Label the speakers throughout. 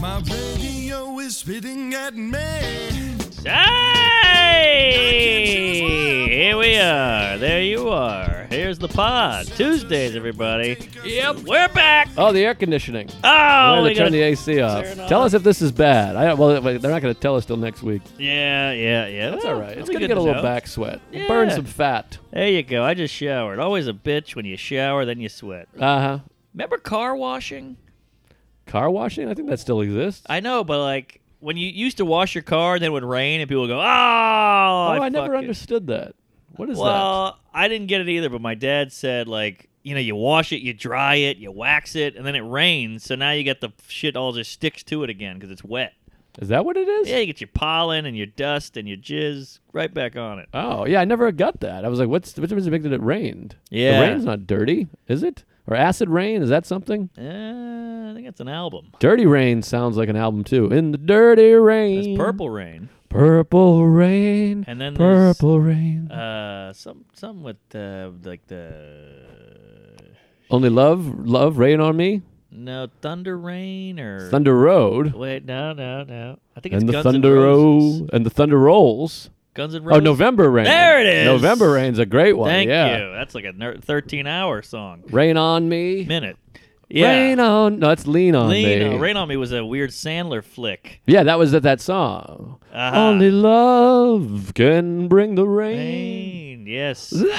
Speaker 1: My radio is spitting at me.
Speaker 2: Hey! Here we are. There you are. Here's the pod. Tuesdays, everybody.
Speaker 3: Yep.
Speaker 2: We're back.
Speaker 3: Oh, the air conditioning.
Speaker 2: Oh,
Speaker 3: Way
Speaker 2: we
Speaker 3: to turn
Speaker 2: got
Speaker 3: the AC off.
Speaker 2: turn it
Speaker 3: Tell
Speaker 2: off.
Speaker 3: us if this is bad. I don't, well, they're not going to tell us till next week.
Speaker 2: yeah, yeah, yeah.
Speaker 3: That's
Speaker 2: Well,
Speaker 3: all right. It's
Speaker 2: Oh, that'll
Speaker 3: going to
Speaker 2: be
Speaker 3: get a
Speaker 2: good
Speaker 3: little
Speaker 2: know.
Speaker 3: back sweat. Burn
Speaker 2: Yeah.
Speaker 3: some fat.
Speaker 2: There you go. I just showered. Always a bitch when you shower, then you sweat.
Speaker 3: Uh huh.
Speaker 2: Remember car washing?
Speaker 3: Car washing? I think that still exists.
Speaker 2: I know, but like when you used to wash your car, then it would rain, and people would go, "Oh, I,
Speaker 3: oh, I never
Speaker 2: fucking-"
Speaker 3: understood that. What is that?
Speaker 2: Well, I didn't get it either, but my dad said like, you know, you wash it, you dry it, you wax it, and then it rains, so now you got the shit all just sticks to it again because it's wet.
Speaker 3: Is that what it is?
Speaker 2: Yeah, you get your pollen and your dust and your jizz right back on it.
Speaker 3: Oh, yeah, I never got that. I was like, what's what difference does it make that it rained? The
Speaker 2: Yeah.
Speaker 3: rain's not dirty, is it? Or acid rain, is that something?
Speaker 2: Uh, I think that's an album.
Speaker 3: Dirty Rain sounds like an album too. In the dirty rain.
Speaker 2: It's Purple Rain,
Speaker 3: Purple rain.
Speaker 2: and then there's,
Speaker 3: purple rain.
Speaker 2: Uh, some some with uh, like the
Speaker 3: Only love, love, rain on me.
Speaker 2: no thunder rain or
Speaker 3: Thunder Road.
Speaker 2: Wait, no, no, no. I think it's
Speaker 3: And the
Speaker 2: Guns
Speaker 3: Thunder
Speaker 2: N' Roses.
Speaker 3: Roll and the Thunder Rolls.
Speaker 2: Guns and
Speaker 3: Oh,
Speaker 2: Roses.
Speaker 3: November Rain.
Speaker 2: There it is.
Speaker 3: November Rain's a great one.
Speaker 2: Thank
Speaker 3: yeah.
Speaker 2: you. That's like a ner- 13 hour song.
Speaker 3: Rain on me.
Speaker 2: Minute. Yeah.
Speaker 3: Rain on. No, it's Lean on
Speaker 2: Lean
Speaker 3: me.
Speaker 2: on- Rain on Me was a weird Sandler flick.
Speaker 3: Yeah, that was at that song.
Speaker 2: Uh-huh.
Speaker 3: Only love can bring the rain.
Speaker 2: Rain. Yes.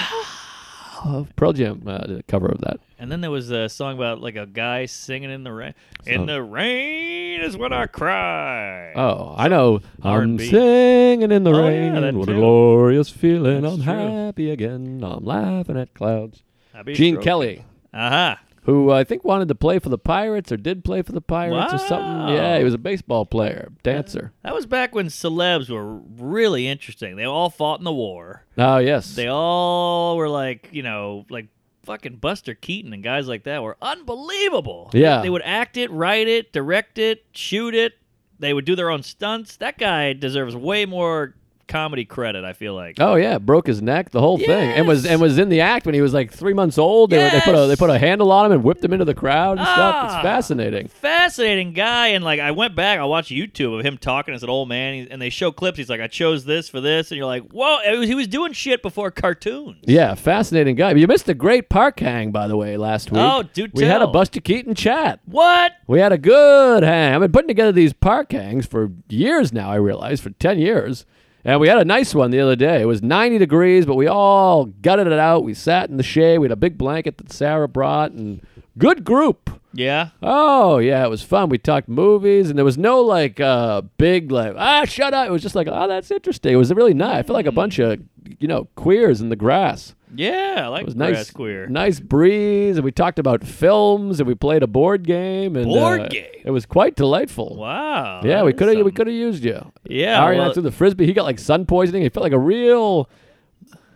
Speaker 3: Love. Pearl Jam uh, did a cover of that.
Speaker 2: And then there was a song about like a guy singing in the rain. In the rain is when I cry.
Speaker 3: Oh, I know. I'm
Speaker 2: R&B.
Speaker 3: singing in the
Speaker 2: Oh, yeah,
Speaker 3: rain.
Speaker 2: that
Speaker 3: what a
Speaker 2: too.
Speaker 3: glorious feeling.
Speaker 2: That's
Speaker 3: I'm
Speaker 2: true.
Speaker 3: happy again. I'm laughing at clouds.
Speaker 2: I be
Speaker 3: Gene
Speaker 2: broke.
Speaker 3: Kelly,
Speaker 2: Uh-huh.
Speaker 3: who I think wanted to play for the Pirates or did play for the Pirates or something. Yeah,
Speaker 2: Wow. Uh,
Speaker 3: he was a baseball player, dancer.
Speaker 2: That was back when celebs were really interesting. They all fought in the war.
Speaker 3: Oh, yes.
Speaker 2: They all were like, you know, like fucking Buster Keaton and guys like that were unbelievable.
Speaker 3: Yeah.
Speaker 2: They, would act it, write it, direct it, shoot it. They would do their own stunts. That guy deserves way more comedy credit, I feel like.
Speaker 3: Oh yeah, broke his neck, the whole thing, and was
Speaker 2: Yes.
Speaker 3: and was in the act when he was like three months old. They, they put a they
Speaker 2: Yes.
Speaker 3: put a handle on him and whipped him into the crowd and stuff. It's
Speaker 2: Ah.
Speaker 3: fascinating.
Speaker 2: Fascinating guy, and like I went back, I watched YouTube of him talking as an old man, he's- and they show clips. He's like, "I chose this for this," and you're like, "Whoa!" It was, he was doing shit before cartoons.
Speaker 3: Yeah, fascinating guy. You missed a great park hang by the way last week.
Speaker 2: Oh, do
Speaker 3: we had a
Speaker 2: tell.
Speaker 3: Buster Keaton chat.
Speaker 2: What?
Speaker 3: We had a good hang. I've been putting together these park hangs for years now. I realize for ten years. And we had a nice one the other day. It was 90 degrees, but we all gutted it out. We sat in the shade. We had a big blanket that Sarah brought, and good group.
Speaker 2: Yeah.
Speaker 3: Oh yeah, it was fun. We talked movies, and there was no like uh, big like ah shut up. It was just like oh that's interesting. It was really nice. I felt
Speaker 2: Mm-hmm.
Speaker 3: like a bunch of you know queers in the grass.
Speaker 2: Yeah, I like
Speaker 3: It was
Speaker 2: Brass
Speaker 3: nice,
Speaker 2: Queer.
Speaker 3: nice breeze, and we talked about films, and we played a board game, and
Speaker 2: Board
Speaker 3: uh,
Speaker 2: game?
Speaker 3: It was quite delightful.
Speaker 2: Wow.
Speaker 3: Yeah,
Speaker 2: that
Speaker 3: we
Speaker 2: is
Speaker 3: could have we
Speaker 2: something.
Speaker 3: could have used you.
Speaker 2: Yeah,
Speaker 3: Ari
Speaker 2: well-
Speaker 3: threw the frisbee. He got like sun poisoning. He felt like a real,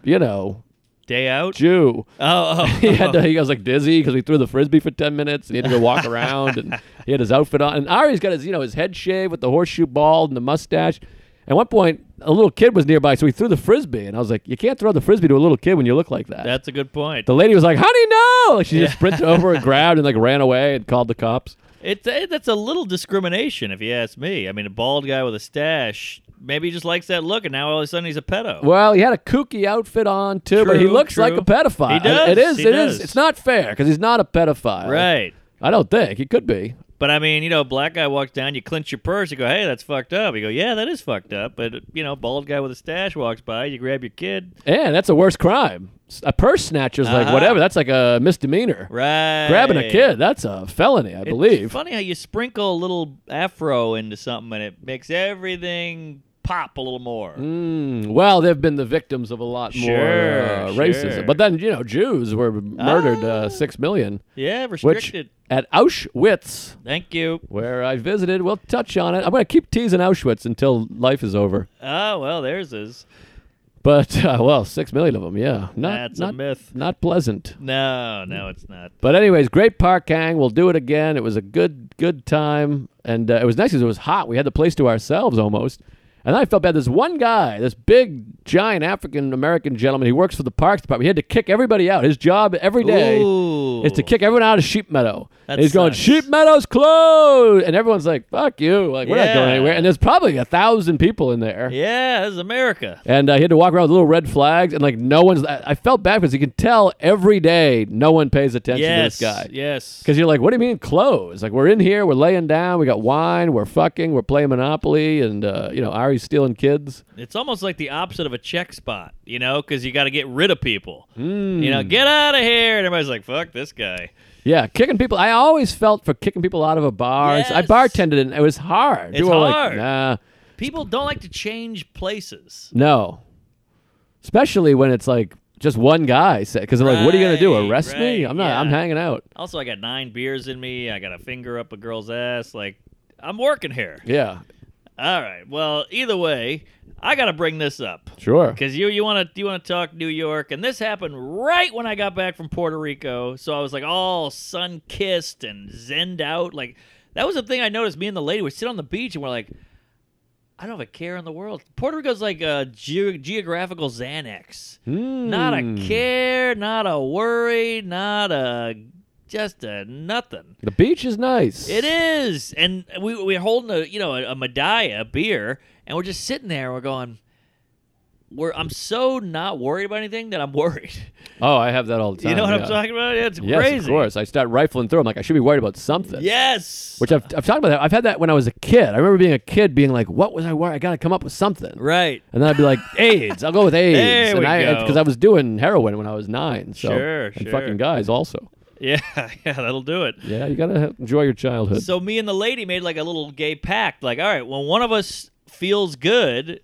Speaker 3: you know,
Speaker 2: Day out.
Speaker 3: Jew.
Speaker 2: Oh, oh.
Speaker 3: he had to, he was like dizzy because he threw the frisbee for ten minutes and he had to go walk around and he had his outfit on. And Ari's got his you know his head shaved with the horseshoe bald and the mustache. At one point, a little kid was nearby, so he threw the frisbee, and I was like, "You can't throw the frisbee to a little kid when you look like that."
Speaker 2: that's a good point.
Speaker 3: the lady was like, "Honey, no!" Like she just sprinted over and grabbed and like ran away and called the cops.
Speaker 2: It's it, that's a little discrimination, if you ask me. I mean, a bald guy with a stash, maybe he just likes that look, and now all of a sudden he's a pedo.
Speaker 3: Well, he had a kooky outfit on too, but he
Speaker 2: True,
Speaker 3: looks like
Speaker 2: true.
Speaker 3: a pedophile.
Speaker 2: He does,
Speaker 3: It is.
Speaker 2: he
Speaker 3: it is-
Speaker 2: does.
Speaker 3: It's not fair because he's not a pedophile.
Speaker 2: Right.
Speaker 3: I don't think he could be.
Speaker 2: But I mean, you know, black guy walks down, you clench your purse, you go, "Hey, that's fucked up." You go, "Yeah, that is fucked up." But you know, bald guy with a stash walks by, you grab your kid.
Speaker 3: Yeah, that's a worse crime. S- A purse snatcher's like
Speaker 2: Uh-huh.
Speaker 3: whatever. That's like a misdemeanor.
Speaker 2: Right.
Speaker 3: Grabbing a kid, that's a felony, I
Speaker 2: It's
Speaker 3: believe.
Speaker 2: funny how you sprinkle a little afro into something and it makes everything pop a little more.
Speaker 3: Mm, well, they've been the victims of a lot more uh,
Speaker 2: Sure, sure.
Speaker 3: racism. But then, you know, Jews were murdered uh, six million,
Speaker 2: Yeah,
Speaker 3: which
Speaker 2: restricted.
Speaker 3: at Auschwitz,
Speaker 2: Thank you.
Speaker 3: where I visited, we'll touch on it. I'm going to keep teasing Auschwitz until life is over.
Speaker 2: Oh well, there's his.
Speaker 3: But uh, well, six million of them, yeah, not
Speaker 2: That's
Speaker 3: not,
Speaker 2: a myth.
Speaker 3: not pleasant.
Speaker 2: No, no, it's not.
Speaker 3: But anyways, great park hang. We'll do it again. It was a good good time, and uh, it was nice because it was hot. We had the place to ourselves almost. And I felt bad. This one guy, this big giant African American gentleman, he works for the Parks Department. He had to kick everybody out. His job every day
Speaker 2: Ooh.
Speaker 3: is to kick everyone out of Sheep Meadow.
Speaker 2: That
Speaker 3: And he's going,
Speaker 2: sucks.
Speaker 3: Sheep Meadow's closed, and everyone's like, "Fuck you!" Like we're not going
Speaker 2: Yeah.
Speaker 3: anywhere. And there's probably a thousand people in there.
Speaker 2: Yeah, this is America.
Speaker 3: And uh, he had to walk around with little red flags, and like no one's. I, I felt bad because you can tell every day no one pays attention
Speaker 2: yes,
Speaker 3: to this guy.
Speaker 2: yes.
Speaker 3: Because you're like, what do you mean close? Like we're in here, we're laying down, we got wine, we're fucking, we're playing Monopoly, and uh, you know Ari's stealing kids.
Speaker 2: It's almost like the opposite of a check spot, you know, because you got to get rid of people. You
Speaker 3: Hmm.
Speaker 2: know, get out of here, and everybody's like, "Fuck this guy."
Speaker 3: Yeah, kicking people. I always felt for kicking people out of a bar. I
Speaker 2: Yes.
Speaker 3: bartended, and it was hard.
Speaker 2: It's
Speaker 3: People were Like,
Speaker 2: hard.
Speaker 3: nah,
Speaker 2: People don't like to change places.
Speaker 3: no. Especially when it's like just one guy said, because they're like, what are you gonna do?
Speaker 2: Right,
Speaker 3: Arrest me?
Speaker 2: right,
Speaker 3: I'm not. I'm
Speaker 2: yeah.
Speaker 3: hanging out.
Speaker 2: Also, I got nine beers in me. I got a finger up a girl's ass. Like, I'm working here.
Speaker 3: Yeah,
Speaker 2: All right. Well, either way, I got to bring this up
Speaker 3: sure.
Speaker 2: because you you want to you want to talk New York, and this happened right when I got back from Puerto Rico. So I was like all sun kissed and zenned out. Like that was the thing I noticed. Me and the lady would sit on the beach, and we're like, I don't have a care in the world. Puerto Rico's like a ge- geographical Xanax. Not a
Speaker 3: Mm.
Speaker 2: care, not a worry, not a just a nothing.
Speaker 3: The beach is nice.
Speaker 2: It is, and we we're holding a you know a, a Medalla beer, and we're just sitting there. We're going, we're I'm so not worried about anything that I'm worried.
Speaker 3: Oh, I have that all the time.
Speaker 2: you know what
Speaker 3: yeah.
Speaker 2: I'm talking about? Yeah, it's
Speaker 3: Yes,
Speaker 2: crazy.
Speaker 3: of course. I start rifling through. I'm like, I should be worried about something.
Speaker 2: Yes.
Speaker 3: Which I've, I've talked about that. I've had that when I was a kid. I remember being a kid being like, what was I worried? I got to come up with something.
Speaker 2: right.
Speaker 3: And then I'd be like, AIDS. I'll go with AIDS.
Speaker 2: There
Speaker 3: and
Speaker 2: we
Speaker 3: I,
Speaker 2: go.
Speaker 3: Because I was doing heroin when I was nine. So,
Speaker 2: Sure,
Speaker 3: and
Speaker 2: sure.
Speaker 3: fucking guys also.
Speaker 2: Yeah, yeah, that'll do it.
Speaker 3: Yeah, you got to enjoy your childhood.
Speaker 2: So me and the lady made like a little gay pact. Like, all right, when one of us feels good,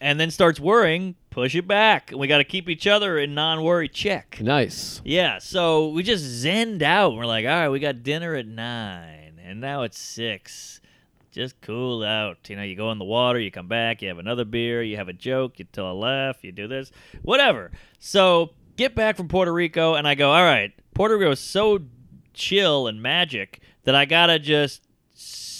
Speaker 2: and then starts worrying, push it back, and we got to keep each other in non-worry check.
Speaker 3: nice.
Speaker 2: Yeah, so we just zenned out. and We're like, all right, we got dinner at nine, and now it's six. Just cool out. You know, you go in the water, you come back, you have another beer, you have a joke, you tell a laugh, you do this, whatever. So get back from Puerto Rico, and I go, all right, Puerto Rico is so chill and magic that I gotta just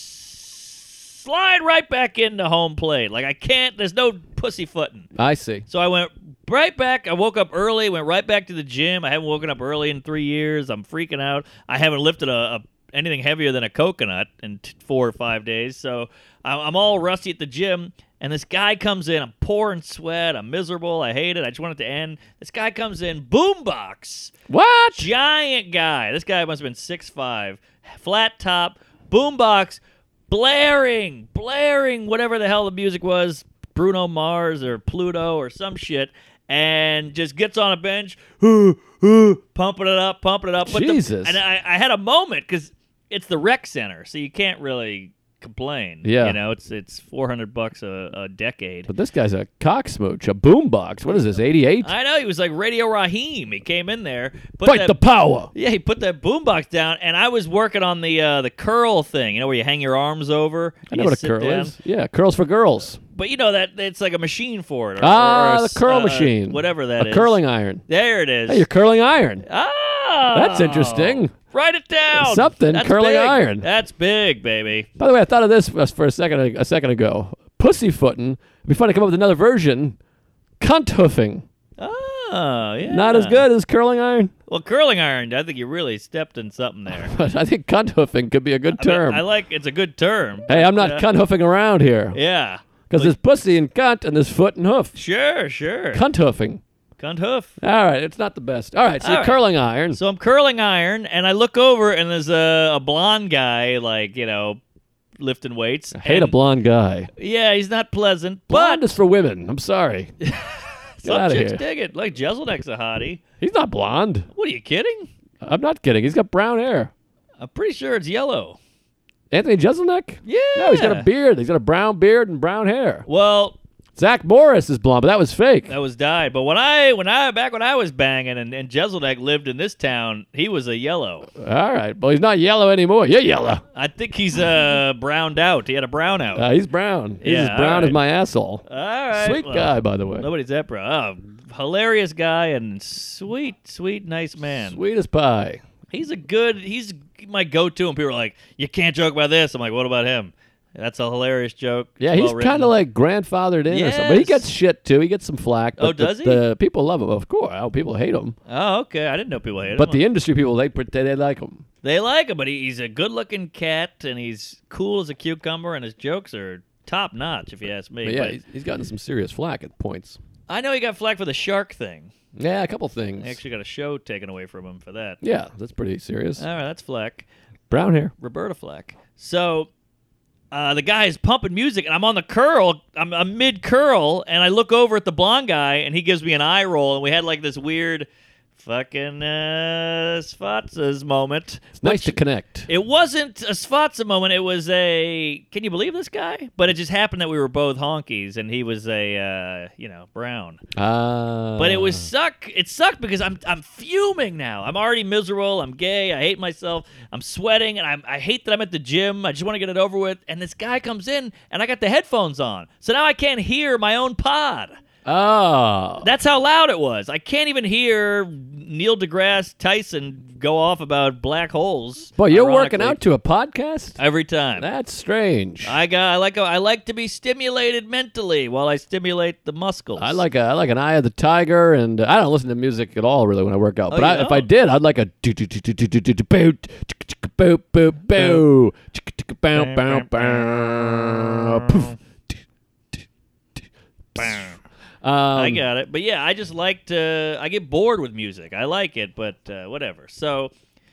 Speaker 2: s- slide right back into home plate. Like, I can't, there's no pussyfooting.
Speaker 3: I see.
Speaker 2: So I went right back. I woke up early, went right back to the gym. I haven't woken up early in three years. I'm freaking out. I haven't lifted a, a anything heavier than a coconut in t- four or five days. So I'm, I'm all rusty at the gym. And this guy comes in. I'm pouring sweat. I'm miserable. I hate it. I just want it to end. This guy comes in, boombox
Speaker 3: What?
Speaker 2: giant guy. This guy must have been 6'5", flat top, boombox, blaring, blaring whatever the hell the music was, Bruno Mars or Pluto or some shit, and just gets on a bench, pumping it up, pumping it up. But the-
Speaker 3: Jesus.
Speaker 2: and I, I had a moment because it's the rec center, so you can't really complain.
Speaker 3: Yeah.
Speaker 2: You know, it's it's 400 bucks a, a decade.
Speaker 3: But this guy's a cock smooch, a boombox. What is this, 88?
Speaker 2: I know he was like Radio Raheem. He came in there, but
Speaker 3: Fight the power.
Speaker 2: yeah, he put that boombox down, and I was working on the uh, the curl thing, you know, where you hang your arms over.
Speaker 3: I
Speaker 2: and
Speaker 3: know
Speaker 2: you
Speaker 3: what a
Speaker 2: sit
Speaker 3: curl
Speaker 2: down.
Speaker 3: is. Yeah, curls for girls.
Speaker 2: But you know that it's like a machine for it. Or,
Speaker 3: Ah,
Speaker 2: or a
Speaker 3: the
Speaker 2: s-
Speaker 3: curl
Speaker 2: uh,
Speaker 3: machine.
Speaker 2: whatever that is.
Speaker 3: a curling iron.
Speaker 2: There it is.
Speaker 3: Hey, you're curling iron.
Speaker 2: ah,
Speaker 3: That's interesting.
Speaker 2: Write it down.
Speaker 3: Something,
Speaker 2: That's
Speaker 3: curling
Speaker 2: big.
Speaker 3: iron.
Speaker 2: That's big, baby.
Speaker 3: By the way, I thought of this for a second a second ago. Pussyfooting. It'd be fun to come up with another version. Cunt hoofing.
Speaker 2: Oh, yeah.
Speaker 3: Not as good as curling iron,
Speaker 2: Well, curling iron. I think you really stepped in something there.
Speaker 3: but I think cunt hoofing could be a good term.
Speaker 2: I like. It's a good term.
Speaker 3: hey, I'm not cunt hoofing around here
Speaker 2: Yeah.
Speaker 3: because there's pussy and cunt and there's foot and hoof.
Speaker 2: Sure, sure.
Speaker 3: Cunt hoofing.
Speaker 2: Cunt hoof.
Speaker 3: All right, it's not the best. All right, so
Speaker 2: All right.
Speaker 3: curling iron.
Speaker 2: So I'm curling iron, and I look over, and there's a, a blonde guy, like you know, lifting weights.
Speaker 3: I hate a blonde guy.
Speaker 2: Yeah, he's not pleasant, but
Speaker 3: Blonde is for women. I'm sorry. Get
Speaker 2: some
Speaker 3: out of
Speaker 2: chicks
Speaker 3: here.
Speaker 2: dig it. Like Jezelnik's a hottie.
Speaker 3: He's not blonde.
Speaker 2: What are you kidding?
Speaker 3: I'm not kidding. He's got brown hair.
Speaker 2: I'm pretty sure it's yellow.
Speaker 3: Anthony Jeselnik?
Speaker 2: Yeah.
Speaker 3: No, he's got a beard. He's got a brown beard and brown hair.
Speaker 2: Well,
Speaker 3: Zach Morris is blonde, but that was fake.
Speaker 2: that was dyed. But when I when I back when I was banging and, and Jezelnik lived in this town, he was a yellow.
Speaker 3: All right. Well, he's not yellow anymore. You're yellow.
Speaker 2: I think he's uh browned out. He had a brown out.
Speaker 3: Uh, he's brown. He's
Speaker 2: Yeah,
Speaker 3: as brown
Speaker 2: all
Speaker 3: as
Speaker 2: right.
Speaker 3: my asshole.
Speaker 2: All right.
Speaker 3: Uh, Sweet
Speaker 2: well,
Speaker 3: guy, by the way.
Speaker 2: Nobody's that brown. Oh, hilarious guy and sweet, sweet, nice man.
Speaker 3: Sweet as pie.
Speaker 2: He's a good. He's my go-to, and people are like, "You can't joke about this." I'm like, "What about him?" That's a hilarious joke. It's
Speaker 3: Yeah, he's
Speaker 2: well-written.
Speaker 3: kind of like grandfathered in or something. But he
Speaker 2: Yes.
Speaker 3: gets shit too. He gets some flack. But
Speaker 2: Oh, does
Speaker 3: the,
Speaker 2: he?
Speaker 3: The people love him, of course. Oh, people hate him,
Speaker 2: Oh, okay. I didn't know people hated him.
Speaker 3: but the industry people they pret- they, they like him.
Speaker 2: they like him, but he, he's a good-looking cat, and he's cool as a cucumber, and his jokes are top-notch, if you ask me.
Speaker 3: But yeah,
Speaker 2: But
Speaker 3: he's, he's gotten some serious flack at points.
Speaker 2: I know he got flack for the shark thing.
Speaker 3: Yeah, a couple things.
Speaker 2: They actually got a show taken away from him for that.
Speaker 3: yeah, that's pretty serious.
Speaker 2: All right, that's flack.
Speaker 3: brown hair.
Speaker 2: Roberta Flack. So uh, the guy is pumping music, and I'm on the curl. I'm, I'm mid curl, and I look over at the blonde guy, and he gives me an eye roll, and we had like this weird fucking uh, Sfatzes moment.
Speaker 3: It's nice to connect.
Speaker 2: It wasn't a Sfatza moment. It was a can you believe this guy? But it just happened that we were both honkies, and he was a uh, you know brown.
Speaker 3: Ah,
Speaker 2: But it was suck. It sucked because I'm I'm fuming now. I'm already miserable. I'm gay. I hate myself. I'm sweating, and I'm, I hate that I'm at the gym. I just want to get it over with. And this guy comes in, and I got the headphones on, so now I can't hear my own pod.
Speaker 3: oh.
Speaker 2: That's how loud it was. I can't even hear Neil deGrasse Tyson go off about black holes.
Speaker 3: Boy, you're working
Speaker 2: ironically,
Speaker 3: out to a podcast.
Speaker 2: every time.
Speaker 3: That's strange. I,
Speaker 2: I got. I like. I like to be stimulated mentally while I stimulate the muscles.
Speaker 3: like a I like an eye of the tiger, and uh, I don't listen to music at all really when I work out. but
Speaker 2: Oh, you
Speaker 3: I, if I
Speaker 2: don't?
Speaker 3: did, I'd like a do do do do do do do do boo tick, tick, boo boo boo tick, tick, bow bow bow poof.
Speaker 2: I
Speaker 3: Um,
Speaker 2: got it. But yeah, I just like to. I get bored with music. I like it, but uh, whatever. So,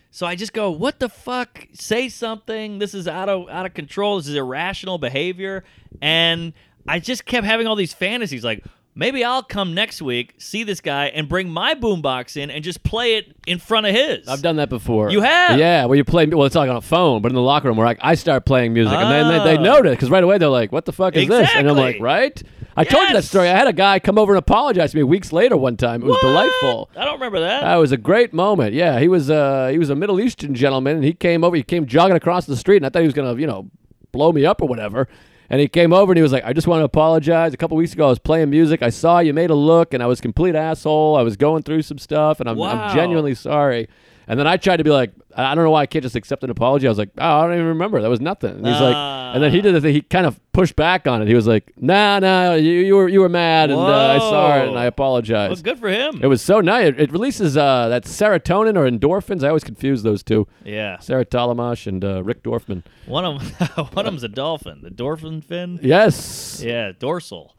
Speaker 2: so I just go, what the fuck? Say something. This is out of out of control. This is irrational behavior. And I just kept having all these fantasies, like maybe I'll come next week, see this guy, and bring my boombox in and just play it in front of his.
Speaker 3: I've done that before.
Speaker 2: You have?
Speaker 3: Yeah, where you play, well, it's like on a phone, but in the locker room where I, I start playing music. And then they, they
Speaker 2: Oh.
Speaker 3: notice, because right away they're like, what the fuck is this? And I'm like,
Speaker 2: Exactly.
Speaker 3: right? I told you that
Speaker 2: Yes.
Speaker 3: story. I had a guy come over and apologize to me weeks later one time. It was delightful.
Speaker 2: I don't remember that.
Speaker 3: That was a great moment. Yeah, he was uh, he was a Middle Eastern gentleman, and he came over. He came jogging across the street, and I thought he was gonna, you know, blow me up or whatever. And he came over and he was like, "I just want to apologize. A couple weeks ago, I was playing music. I saw you made a look, and I was a complete asshole. I was going through some stuff, and I'm, I'm
Speaker 2: Wow.
Speaker 3: genuinely sorry." And then I tried to be like, I I don't know why I can't just accept an apology. I was like, oh, I don't even remember. That was nothing. And he's
Speaker 2: Ah.
Speaker 3: like, and then he did the thing. He kind of pushed back on it. He was like, Nah, nah, you, you were you were mad, and uh, I saw it, and I
Speaker 2: Whoa.
Speaker 3: apologize.
Speaker 2: well, good for him.
Speaker 3: It was so nice. It, it releases uh, that serotonin or endorphins. I always confuse those two.
Speaker 2: yeah.
Speaker 3: Sarah Talamash and uh, Rick Dorfman.
Speaker 2: One of 'em- one of them's a dolphin. The dolphin fin.
Speaker 3: Yes,
Speaker 2: Yeah, dorsal.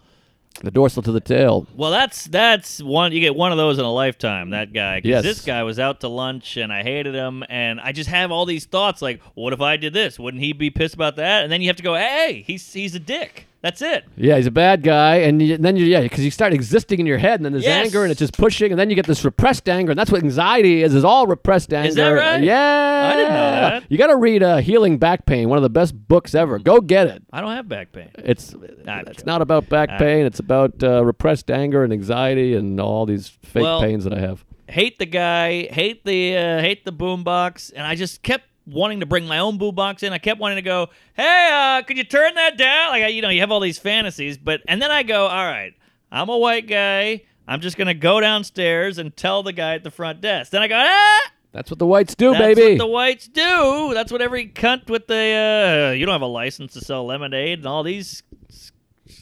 Speaker 3: the dorsal to the tail.
Speaker 2: Well, that's that's one. You get one of those in a lifetime. That guy. 'Cause
Speaker 3: Yes.
Speaker 2: This guy was out to lunch, and I hated him. And I just have all these thoughts like, what if I did this? Wouldn't he be pissed about that? And then you have to go, hey, he's he's a dick. That's it.
Speaker 3: Yeah, he's a bad guy, and, you, and then you, yeah, because you start existing in your head, and then there's
Speaker 2: Yes.
Speaker 3: anger, and it's just pushing, and then you get this repressed anger, and that's what anxiety is—is all repressed anger.
Speaker 2: Is that right?
Speaker 3: Yeah,
Speaker 2: I didn't know that.
Speaker 3: You got to read uh, "Healing Back Pain," one of the best books ever. Go get it.
Speaker 2: I don't have back pain.
Speaker 3: It's
Speaker 2: I'm
Speaker 3: it's
Speaker 2: joking.
Speaker 3: not about back
Speaker 2: I'm-
Speaker 3: pain. It's about uh, repressed anger and anxiety and all these fake
Speaker 2: Well,
Speaker 3: pains that I have.
Speaker 2: Hate the guy. Hate the uh, hate the boombox. And I just kept wanting to bring my own boombox in. I kept wanting to go, hey, uh, could you turn that down? Like I- you know, you have all these fantasies, but and then I go, all right, I'm a white guy. I'm just gonna go downstairs and tell the guy at the front desk. Then I go, ah.
Speaker 3: That's what the whites do,
Speaker 2: That's
Speaker 3: baby.
Speaker 2: what the whites do. That's what every cunt with the uh, you don't have a license to sell lemonade and all these s- s-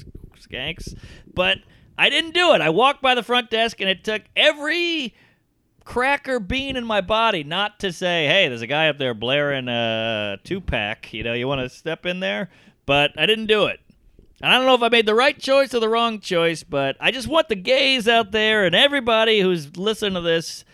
Speaker 2: skanks. But I didn't do it. I walked by the front desk and it took every cracker bean in my body not to say, "Hey, there's a guy up there blaring a uh, two-pack. You know, you want to step in there?" But I didn't do it. And I don't know if I made the right choice or the wrong choice, but I just want the gays out there and everybody who's listening to this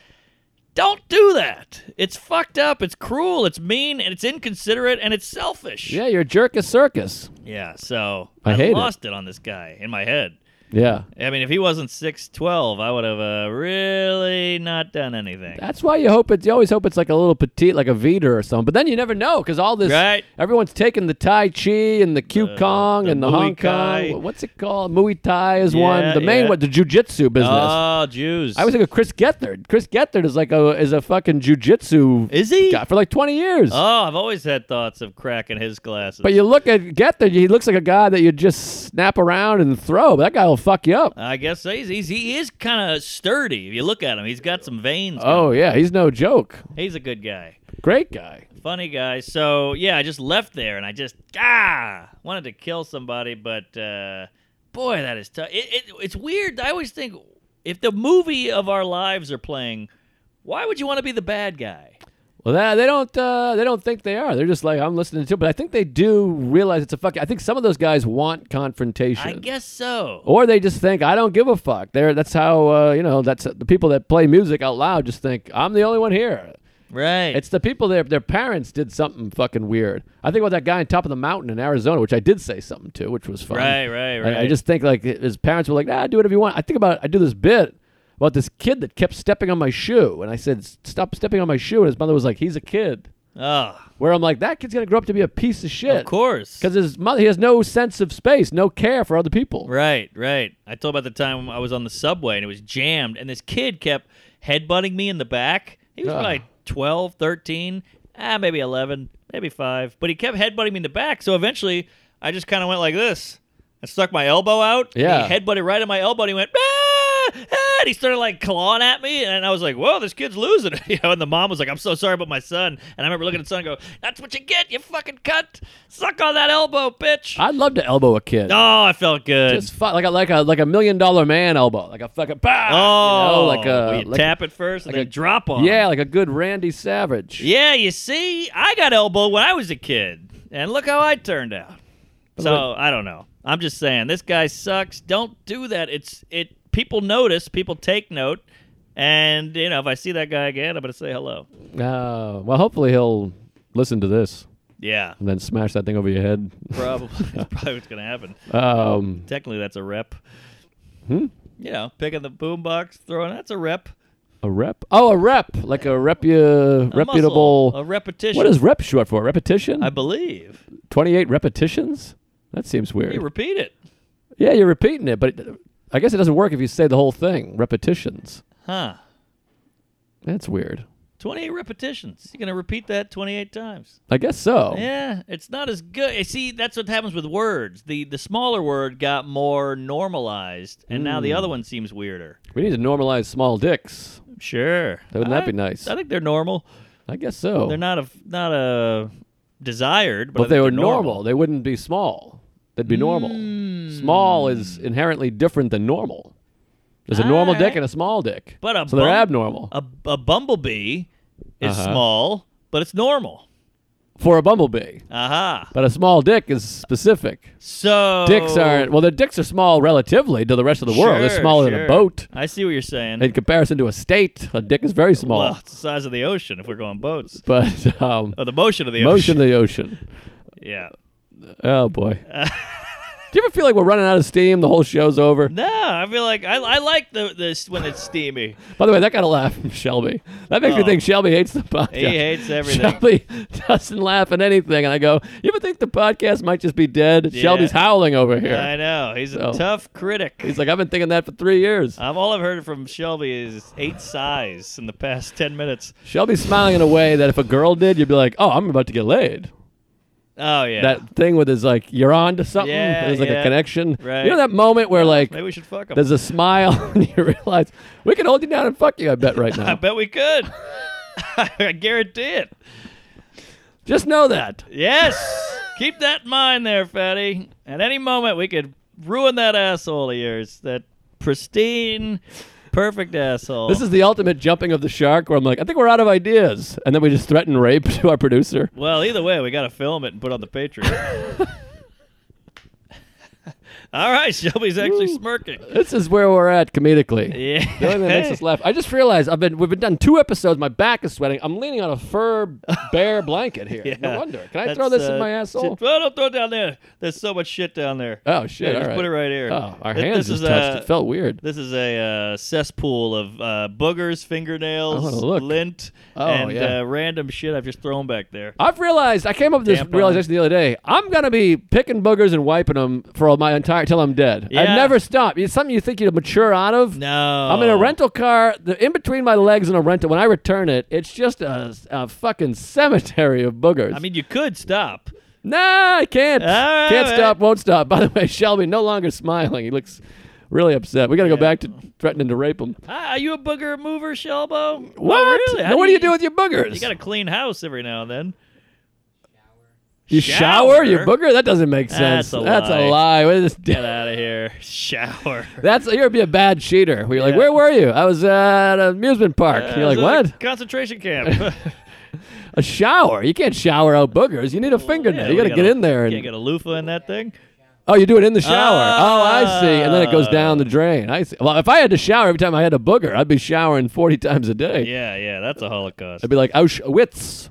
Speaker 2: don't do that. It's fucked up. It's cruel. It's mean. And it's inconsiderate. And it's selfish.
Speaker 3: Yeah, you're a jerk of circus.
Speaker 2: Yeah, so
Speaker 3: I
Speaker 2: I,
Speaker 3: hate it.
Speaker 2: lost it. on this guy in my head.
Speaker 3: Yeah.
Speaker 2: I mean, if he wasn't six twelve, I would have uh, really not done anything.
Speaker 3: That's why you hope it's. You always hope it's like a little petite, like a Vita or something. But then you never know because all this.
Speaker 2: Right.
Speaker 3: Everyone's taking the Tai Chi and the Q Kong
Speaker 2: the
Speaker 3: and the
Speaker 2: Muay
Speaker 3: Hong
Speaker 2: Thai.
Speaker 3: Kong. What's it called? Muay Thai is one.
Speaker 2: Yeah,
Speaker 3: The main
Speaker 2: yeah.
Speaker 3: one, the jujitsu business.
Speaker 2: Oh, Jews.
Speaker 3: I was thinking of Chris Gethard. Chris Gethard is like a is a fucking jujitsu
Speaker 2: Is he?
Speaker 3: guy for like twenty years.
Speaker 2: Oh, I've always had thoughts of cracking his glasses.
Speaker 3: But you look at Gethard, he looks like a guy that you just snap around and throw. That guy will fuck you up.
Speaker 2: I guess so. he's, he's he is kind of sturdy. If you look at him, he's got some veins.
Speaker 3: Oh yeah, he's no joke.
Speaker 2: going. he's a good guy,
Speaker 3: Great guy.
Speaker 2: funny guy. So yeah, I just left there and I just ah wanted to kill somebody, but uh, boy, that is tough. It, it, it's weird. I always think if the movie of our lives are playing, why would you want to be the bad guy?
Speaker 3: Well, that, they don't uh, they don't think they are. They're just like I'm listening to. But I think they do realize it's a fuck. I think some of those guys want confrontation.
Speaker 2: I guess so.
Speaker 3: or they just think I don't give a fuck. There, that's how uh, you know. That's the people that play music out loud just think I'm the only one here.
Speaker 2: Right.
Speaker 3: It's the people their their parents did something fucking weird. I think about that guy on top of the mountain in Arizona, which I did say something to, which was funny.
Speaker 2: Right, right,
Speaker 3: I- I,
Speaker 2: right.
Speaker 3: just think like his parents were like, "Nah, do whatever you want." I think about I do this bit about this kid that kept stepping on my shoe, and I said, "Stop stepping on my shoe," and his mother was like, "He's a kid."
Speaker 2: oh,
Speaker 3: Where I'm like, that kid's gonna grow up to be a piece of shit.
Speaker 2: of course.
Speaker 3: Because his mother, he has no sense of space, no care for other people.
Speaker 2: Right, right. I told about the time I was on the subway and it was jammed, and this kid kept headbutting me in the back. He was
Speaker 3: Ugh.
Speaker 2: probably 12, 13, ah, maybe 11, maybe 5. But he kept headbutting me in the back, so eventually I just kind of went like this. I stuck my elbow out. and
Speaker 3: Yeah.
Speaker 2: he headbutted right at my elbow, and he went, ah! ah," And he started like clawing at me, and I was like, "Whoa, this kid's losing!" it," You know, and the mom was like, "I'm so sorry about my son." And I remember looking at the son, and go, "That's what you get, you fucking cunt! Suck on that elbow, bitch!"
Speaker 3: I'd love to elbow a kid.
Speaker 2: oh, I felt good.
Speaker 3: Just fu- like a like a like a million dollar man elbow, like a fucking bah, Ah, you know,
Speaker 2: Oh,
Speaker 3: like a
Speaker 2: well, you
Speaker 3: like-
Speaker 2: tap it first and
Speaker 3: like
Speaker 2: then
Speaker 3: a-
Speaker 2: drop on.
Speaker 3: yeah, like a good Randy Savage.
Speaker 2: yeah. You see, I got elbow when I was a kid, and look how I turned out. So I don't know. I'm just saying this guy sucks. Don't do that. It's it. People notice. People take note. And you know, if I see that guy again, I'm gonna say hello.
Speaker 3: Uh, well, hopefully he'll listen to this
Speaker 2: Yeah,
Speaker 3: and then smash that thing over your head.
Speaker 2: probably. that's probably what's gonna happen.
Speaker 3: Um,
Speaker 2: Technically, that's a rep.
Speaker 3: Hmm.
Speaker 2: You know, picking the boombox, throwing that's a rep.
Speaker 3: a rep? Oh, a rep, like a repu-
Speaker 2: A
Speaker 3: reputable.
Speaker 2: muscle, a repetition.
Speaker 3: what is rep short for? Repetition?
Speaker 2: I believe.
Speaker 3: Twenty-eight repetitions? That seems weird.
Speaker 2: You repeat it,
Speaker 3: Yeah, you're repeating it, but it, I guess it doesn't work if you say the whole thing. Repetitions.
Speaker 2: huh?
Speaker 3: That's weird.
Speaker 2: 28 repetitions. You're going to repeat that 28 times.
Speaker 3: I guess so.
Speaker 2: Yeah, it's not as good. You See, that's what happens with words. The the smaller word got more normalized, and now the
Speaker 3: Hmm.
Speaker 2: other one seems weirder.
Speaker 3: We need to normalize small dicks.
Speaker 2: Sure.
Speaker 3: Wouldn't that be nice?
Speaker 2: I think they're normal.
Speaker 3: I guess so.
Speaker 2: They're not a not a desired, but
Speaker 3: Well,
Speaker 2: I
Speaker 3: if they
Speaker 2: think
Speaker 3: were
Speaker 2: they're
Speaker 3: normal, they wouldn't be small. They'd be normal.
Speaker 2: Hmm.
Speaker 3: Small is inherently different than normal. There's a normal dick
Speaker 2: Alright.
Speaker 3: and a small dick.
Speaker 2: But a
Speaker 3: so they're
Speaker 2: bum-
Speaker 3: abnormal.
Speaker 2: A, a bumblebee is
Speaker 3: Uh-huh.
Speaker 2: small, but it's normal.
Speaker 3: for a bumblebee.
Speaker 2: Aha.
Speaker 3: But a small dick is specific.
Speaker 2: So
Speaker 3: Dicks aren't, well, their dicks are small relatively to the rest of the world. They're
Speaker 2: Sure,
Speaker 3: smaller than a
Speaker 2: sure.
Speaker 3: boat.
Speaker 2: I see what you're saying.
Speaker 3: In comparison to a state, a dick is very small.
Speaker 2: well, it's the size of the ocean if we're going boats.
Speaker 3: But um,
Speaker 2: Oh, the motion of the
Speaker 3: motion
Speaker 2: ocean.
Speaker 3: of the ocean.
Speaker 2: Yeah.
Speaker 3: Oh, boy. Do you ever feel like we're running out of steam? The whole show's over?
Speaker 2: No, I feel like I, I like the this when it's steamy.
Speaker 3: By the way, that got a laugh from Shelby. That makes me
Speaker 2: Oh.
Speaker 3: think Shelby hates the podcast.
Speaker 2: He hates everything.
Speaker 3: Shelby doesn't laugh at anything, and I go, "You ever think the podcast might just be dead?"
Speaker 2: Yeah.
Speaker 3: Shelby's howling over here.
Speaker 2: I know he's a
Speaker 3: So-
Speaker 2: tough critic.
Speaker 3: He's like, "I've been thinking that for three years."
Speaker 2: I've all I've heard from Shelby is eight sighs in the past ten minutes.
Speaker 3: Shelby's smiling in a way that if a girl did, you'd be like, "Oh, I'm about to get laid."
Speaker 2: Oh yeah,
Speaker 3: That thing with his like, "You're on to something."
Speaker 2: Yeah,
Speaker 3: There's like a
Speaker 2: yeah.
Speaker 3: connection.
Speaker 2: Right.
Speaker 3: You know that moment where like
Speaker 2: maybe we should fuck him.
Speaker 3: there's a smile and you realize we can hold you down and fuck you. I bet right
Speaker 2: I
Speaker 3: now.
Speaker 2: bet we could. I guarantee it.
Speaker 3: Just know that.
Speaker 2: Yes, keep that in mind there, fatty. At any moment we could ruin that asshole of yours. That pristine, perfect asshole.
Speaker 3: This is the ultimate jumping of the shark where I'm like, I think we're out of ideas. And then we just threaten rape to our producer.
Speaker 2: Well, either way, we got to film it and put it on the Patreon. All right, Shelby's actually
Speaker 3: Woo.
Speaker 2: smirking.
Speaker 3: This is where we're at comedically. The only thing that makes
Speaker 2: Yeah.
Speaker 3: us laugh. I just realized I've been we've been done two episodes. My back is sweating. I'm leaning on a fur bear blanket here. No wonder. Can I throw
Speaker 2: That's,
Speaker 3: this in
Speaker 2: uh,
Speaker 3: my asshole?
Speaker 2: shit- Oh, don't throw it down there. There's so much shit down there.
Speaker 3: Oh shit!
Speaker 2: Yeah,
Speaker 3: all
Speaker 2: just
Speaker 3: right.
Speaker 2: put it right here.
Speaker 3: Oh, our
Speaker 2: Th-
Speaker 3: hands
Speaker 2: this
Speaker 3: just
Speaker 2: is,
Speaker 3: touched.
Speaker 2: uh,
Speaker 3: it felt weird.
Speaker 2: This is a uh, cesspool of uh, boogers,
Speaker 3: I wanna
Speaker 2: fingernails,
Speaker 3: look.
Speaker 2: lint,
Speaker 3: Oh,
Speaker 2: and
Speaker 3: yeah.
Speaker 2: uh, random shit I've just thrown back there.
Speaker 3: I've realized I came up with this
Speaker 2: Damp on
Speaker 3: realization the other day. I'm gonna be picking boogers and wiping them for my entire till I'm dead. I
Speaker 2: Yeah.
Speaker 3: never stop. It's something you think you mature out of.
Speaker 2: No,
Speaker 3: I'm
Speaker 2: Oh.
Speaker 3: in a rental car. The, in between my legs and a rental, when I return it, it's just a, a fucking cemetery of boogers.
Speaker 2: I mean, Ah, you could stop.
Speaker 3: nah, I can't.
Speaker 2: All right,
Speaker 3: can't
Speaker 2: all
Speaker 3: stop. Won't stop. By the way, Shelby no longer smiling. He looks really upset. We got to go
Speaker 2: Yeah.
Speaker 3: back to threatening to rape him.
Speaker 2: Ah, are you a booger mover, Shelbo? Oh,
Speaker 3: What?
Speaker 2: really?
Speaker 3: Now
Speaker 2: How
Speaker 3: what do you do with your boogers?
Speaker 2: You got to clean house every now and then.
Speaker 3: You shower,
Speaker 2: Shower?
Speaker 3: your booger? That doesn't make sense.
Speaker 2: That's a
Speaker 3: lie. What is this?
Speaker 2: Get out of here. Shower.
Speaker 3: That's you're be a bad cheater. Where you're like,
Speaker 2: Yeah.
Speaker 3: where were you? I was at an amusement park.
Speaker 2: Uh,
Speaker 3: you're like,
Speaker 2: it was a
Speaker 3: what?
Speaker 2: Concentration camp.
Speaker 3: A shower? You can't shower out boogers. You need a fingernail.
Speaker 2: Yeah,
Speaker 3: you
Speaker 2: we
Speaker 3: gotta get
Speaker 2: a-
Speaker 3: in there
Speaker 2: Can't
Speaker 3: and
Speaker 2: get a loofah in that thing.
Speaker 3: oh, you do it in the shower. oh, I see. And then it goes
Speaker 2: Ah.
Speaker 3: down the drain. I see. Well, if I had to shower every time I had a booger, I'd be showering forty times a day.
Speaker 2: Yeah, yeah, that's a holocaust.
Speaker 3: I'd be like Auschwitz.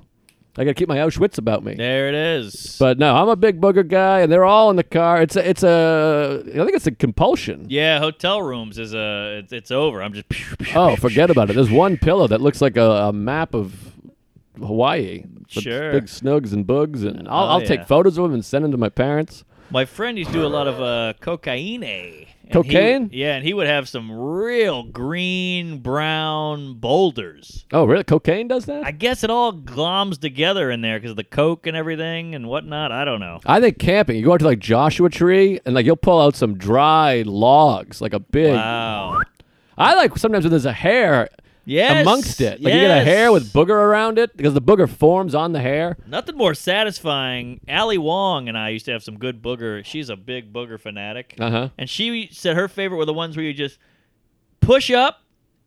Speaker 3: I gotta keep my Auschwitz about me.
Speaker 2: There it is.
Speaker 3: But no, I'm a big booger guy, and they're all in the car. It's a, it's a, I think it's a compulsion.
Speaker 2: yeah, hotel rooms is uh, it's, it's over. I'm just. pew, pew,
Speaker 3: Oh,
Speaker 2: pew,
Speaker 3: forget about it. There's one pillow that looks like a, a map of Hawaii. with
Speaker 2: Sure.
Speaker 3: Big snugs and bugs, and I'll,
Speaker 2: Oh,
Speaker 3: I'll take
Speaker 2: yeah.
Speaker 3: photos of them and send them to my parents.
Speaker 2: pew. My friend used to do a lot of uh, cocaine. and he-
Speaker 3: Cocaine?
Speaker 2: yeah, and he would have some real green brown boulders.
Speaker 3: Oh, really? Cocaine does that?
Speaker 2: I
Speaker 3: I,
Speaker 2: guess it all gloms together in there because of the coke and everything and whatnot. I don't know.
Speaker 3: think camping. You go out to like Joshua Tree, and like you'll pull out some dry logs, like a big.
Speaker 2: Wow.
Speaker 3: I like sometimes when there's a hair
Speaker 2: Yes.
Speaker 3: amongst it. Like you get a hair with
Speaker 2: yes.
Speaker 3: booger around it because the booger forms on the hair.
Speaker 2: Nothing more satisfying. Ali Wong and I used to have some good booger. She's a big booger fanatic.
Speaker 3: Uh huh.
Speaker 2: And she said her favorite were the ones where you just push up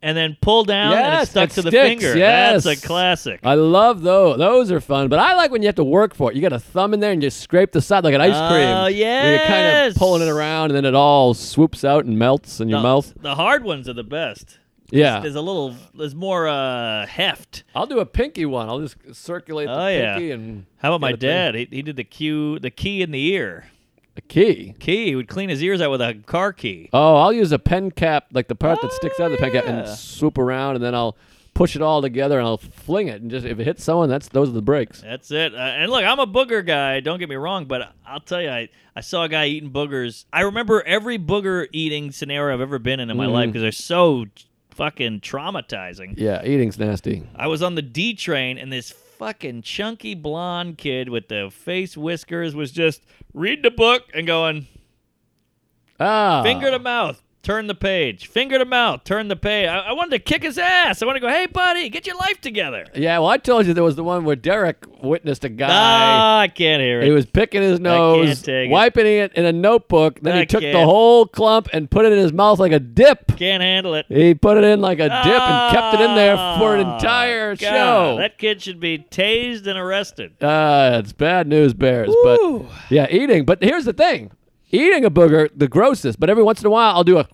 Speaker 2: and then pull down and
Speaker 3: Yes,
Speaker 2: it's stuck
Speaker 3: it
Speaker 2: to the
Speaker 3: sticks,
Speaker 2: finger.
Speaker 3: yes.
Speaker 2: That's a classic.
Speaker 3: I love those. Those are fun, but I like when you have to work for it. You got a thumb in there and just scrape the side like an ice cream.
Speaker 2: Oh,
Speaker 3: Where you're kind of
Speaker 2: yes.
Speaker 3: pulling it around, and then it all swoops out and melts in your
Speaker 2: the,
Speaker 3: mouth.
Speaker 2: the hard ones are the best.
Speaker 3: Yeah,
Speaker 2: There's a little there's more uh heft.
Speaker 3: I'll do a pinky one. I'll just circulate the
Speaker 2: Oh, yeah.
Speaker 3: pinky and
Speaker 2: How about my
Speaker 3: Kinda thing.
Speaker 2: dad? He, he did the cue the key in the ear.
Speaker 3: a key.
Speaker 2: Key. He would clean his ears out with a car key.
Speaker 3: Oh, I'll use a pen cap, like the part that sticks out of the pen cap, and
Speaker 2: yeah.
Speaker 3: swoop around, and then I'll push it all together and I'll fling it, and just if it hits someone, that's those are the breaks.
Speaker 2: That's it. Uh, and look, I'm a booger guy. Don't get me wrong, but I'll tell you, I, I saw a guy eating boogers. I remember every booger eating scenario I've ever been in in my life because they're so fucking traumatizing.
Speaker 3: Yeah, eating's nasty.
Speaker 2: I was on the D train, and this fucking chunky blonde kid with the face whiskers was just reading the book and going
Speaker 3: Ah,
Speaker 2: finger to mouth. Turn the page. Finger to mouth. Turn the page. I, I wanted to kick his ass. I wanted to go, hey, buddy, get your life together.
Speaker 3: Yeah, well, I told you there was the one where Derek witnessed a guy.
Speaker 2: Ah, I can't hear it.
Speaker 3: He was picking his nose,
Speaker 2: take it.
Speaker 3: wiping it in a notebook. Then
Speaker 2: I
Speaker 3: he took the
Speaker 2: can't.
Speaker 3: whole clump and put it in his mouth like a dip.
Speaker 2: can't handle it.
Speaker 3: He put it in like a dip and kept it in there for an
Speaker 2: Ah,
Speaker 3: entire
Speaker 2: God,
Speaker 3: show.
Speaker 2: That kid should be tased and arrested.
Speaker 3: uh, it's bad news, bears.
Speaker 2: Woo.
Speaker 3: But yeah, eating. But here's the thing: eating a booger, the grossest. But every once in a while, I'll do a.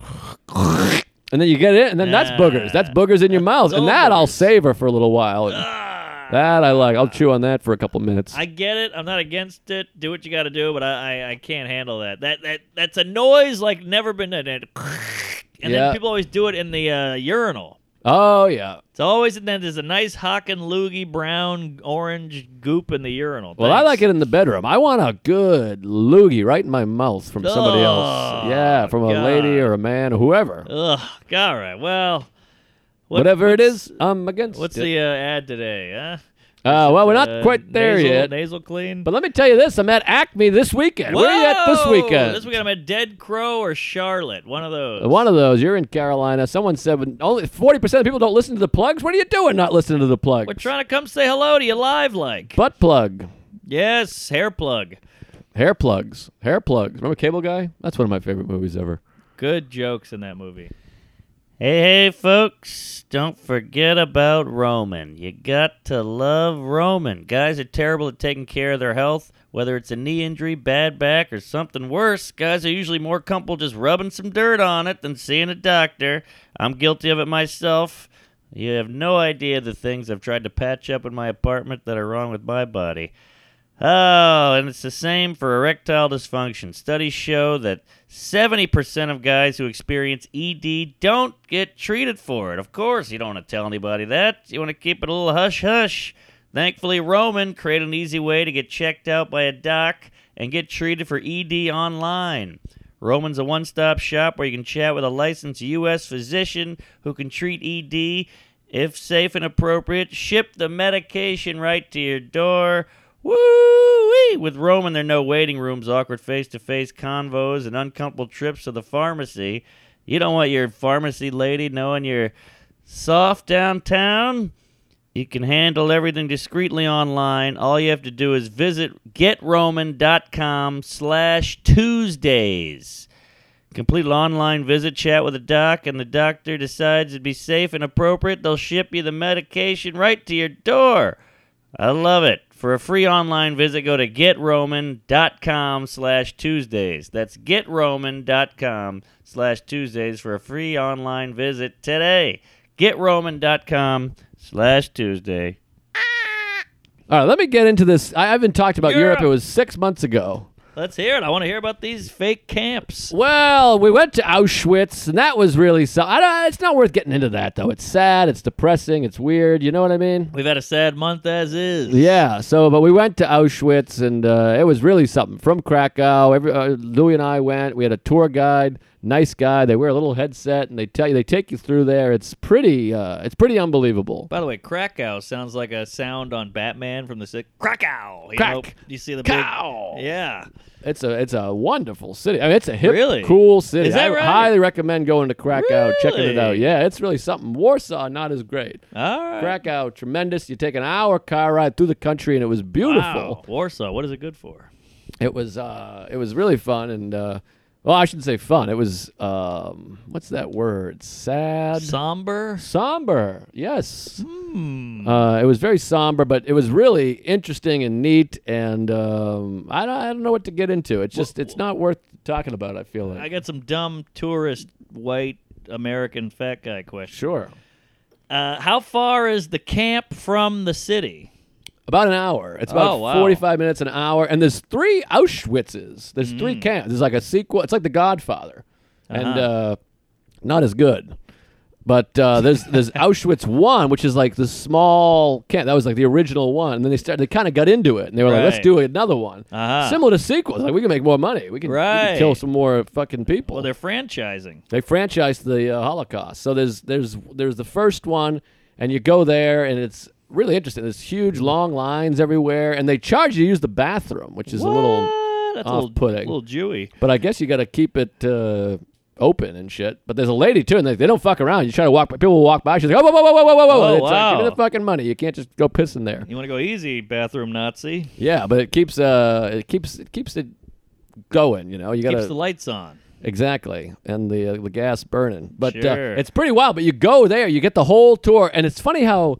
Speaker 3: And then you get it, and then that's
Speaker 2: Nah.
Speaker 3: boogers. That's boogers in your mouth, and
Speaker 2: all
Speaker 3: that I'll
Speaker 2: boogers.
Speaker 3: savor for a little while. And
Speaker 2: Ah,
Speaker 3: that I like. I'll chew on that for a couple minutes.
Speaker 2: I get it. I'm not against it. Do what you got to do, but I, I, I can't handle that. That that that's a noise like never been done. And
Speaker 3: Yeah.
Speaker 2: then people always do it in the uh, urinal.
Speaker 3: oh yeah.
Speaker 2: It's always and then there's a nice hockin' loogie brown orange goop in the urinal.
Speaker 3: Well, I like it in the bedroom. I want a good loogie right in my mouth from somebody else.
Speaker 2: Oh,
Speaker 3: Yeah, from a
Speaker 2: God.
Speaker 3: lady or a man or whoever.
Speaker 2: Ugh. All right. Well, what-
Speaker 3: Whatever it
Speaker 2: what's-
Speaker 3: is, I'm against
Speaker 2: What's
Speaker 3: it.
Speaker 2: the uh, ad today? Huh?
Speaker 3: Uh, well, we're not
Speaker 2: Uh,
Speaker 3: quite there
Speaker 2: nasal-
Speaker 3: yet.
Speaker 2: Nasal clean.
Speaker 3: But let me tell you this: I'm at Acme this weekend. Where are you at this
Speaker 2: Whoa!
Speaker 3: weekend?
Speaker 2: This weekend I'm at Dead Crow or Charlotte. One of those.
Speaker 3: One of those. You're in Carolina. Someone said when only 40 percent of people don't listen to the plugs. What are you doing? Not listening to the plugs?
Speaker 2: We're trying to come say hello to you live, like.
Speaker 3: Butt plug,
Speaker 2: Yes, hair plug.
Speaker 3: hair plugs, hair plugs. Remember Cable Guy? That's one of my favorite movies ever.
Speaker 2: Good jokes in that movie. Hey, hey, folks, don't forget about Roman. You got to love Roman. Guys are terrible at taking care of their health, whether it's a knee injury, bad back, or something worse. Guys are usually more comfortable just rubbing some dirt on it than seeing a doctor. I'm guilty of it myself. You have no idea the things I've tried to patch up in my apartment that are wrong with my body. Oh, and it's the same for erectile dysfunction. Studies show that 70% of guys who experience ED don't get treated for it. Of course, you don't want to tell anybody that. You want to keep it a little hush hush. Thankfully, Roman created an easy way to get checked out by a doc and get treated for ED online. Roman's a one stop shop where you can chat with a licensed U.S. physician who can treat ED. If safe and appropriate, ship the medication right to your door. Woo! With Roman, there are no waiting rooms, awkward face to face convos, and uncomfortable trips to the pharmacy. You don't want your pharmacy lady knowing you're soft downtown. You can handle everything discreetly online. All you have to do is visit getroman.com slash Tuesdays. Complete an online visit, chat with a doc, and the doctor decides it'd be safe and appropriate. They'll ship you the medication right to your door. I love it. For a free online visit, go to getroman.com slash Tuesdays. That's getroman.com slash Tuesdays for a free online visit today. Getroman.com slash Tuesday.
Speaker 3: All right, let me get into this. I haven't talked about Europe.
Speaker 2: Europe.
Speaker 3: It was six months ago.
Speaker 2: Let's hear it. I want to hear about these fake camps.
Speaker 3: Well, we went to Auschwitz, and that was really so. I don't, it's not worth getting into that though. It's sad. It's depressing. It's weird. You know what I mean?
Speaker 2: We've had a sad month as is.
Speaker 3: Yeah. So, but we went to Auschwitz, and uh, it was really something. From Krakow, every, uh, Louis and I went. We had a tour guide, nice guy. They wear a little headset, and they tell you they take you through there. It's pretty. Uh, it's pretty unbelievable.
Speaker 2: By the way, Krakow sounds like a sound on Batman from the six. Krakow. You,
Speaker 3: Crack.
Speaker 2: know, you see the
Speaker 3: Cow.
Speaker 2: big. Yeah.
Speaker 3: It's a it's a wonderful city. I mean, it's a hip,
Speaker 2: Really?
Speaker 3: cool city.
Speaker 2: Is that
Speaker 3: I
Speaker 2: right?
Speaker 3: highly recommend going to Krakow, checking it out.
Speaker 2: Really?
Speaker 3: Yeah, it's really something. Warsaw, not as great.
Speaker 2: All right.
Speaker 3: Krakow, tremendous. You take an hour car ride through the country, and it was beautiful.
Speaker 2: Wow. Warsaw. What is it good for?
Speaker 3: It was uh, it was really fun, and uh, well, I shouldn't say fun. It was um, what's that word? Sad,
Speaker 2: Somber.
Speaker 3: somber. Yes, uh, it was very somber, but it was really interesting and neat. And um, I don't, I don't know what to get into. It's just it's not worth talking about. I feel like
Speaker 2: I got some dumb tourist white American fat guy question.
Speaker 3: sure
Speaker 2: Uh, how far is the camp from the city?
Speaker 3: about an hour. It's about
Speaker 2: Oh, wow.
Speaker 3: forty five minutes an hour, and there's three Auschwitzes.
Speaker 2: Hmm.
Speaker 3: There's three camps. There's like a sequel. It's like The Godfather,
Speaker 2: Uh-huh.
Speaker 3: and uh, not as good. But uh, there's there's Auschwitz one, which is like the small camp. That was like the original one, and then they started. They kind of got into it, and they were like, "Let's
Speaker 2: Right.
Speaker 3: do another one,
Speaker 2: Uh-huh.
Speaker 3: similar to sequels. Like we can make more money. We can, we can
Speaker 2: Right.
Speaker 3: kill some more fucking people."
Speaker 2: Well, they're franchising.
Speaker 3: They franchised the uh, Holocaust. So there's there's there's the first one, and you go there, and it's really interesting. There's huge long lines everywhere, and they charge you to use the bathroom, which is a little.
Speaker 2: What? That's
Speaker 3: off-putting.
Speaker 2: A little, little Jewy.
Speaker 3: But I guess you got to keep it uh, open and shit. But there's a lady too, and they, they don't fuck around. You try to walk, by, people will walk by. She's like, oh, whoa, whoa, whoa, whoa, whoa, whoa.
Speaker 2: Oh,
Speaker 3: And it's like, give me
Speaker 2: wow.
Speaker 3: the fucking money. You can't just go piss in there.
Speaker 2: You want to go easy, bathroom Nazi?
Speaker 3: Yeah, but it keeps uh, it keeps it keeps it going. You know, you got
Speaker 2: Keeps
Speaker 3: to
Speaker 2: the lights on.
Speaker 3: Exactly, and the uh, the gas burning, but
Speaker 2: Sure.
Speaker 3: uh, it's pretty wild. But you go there, you get the whole tour, and it's funny how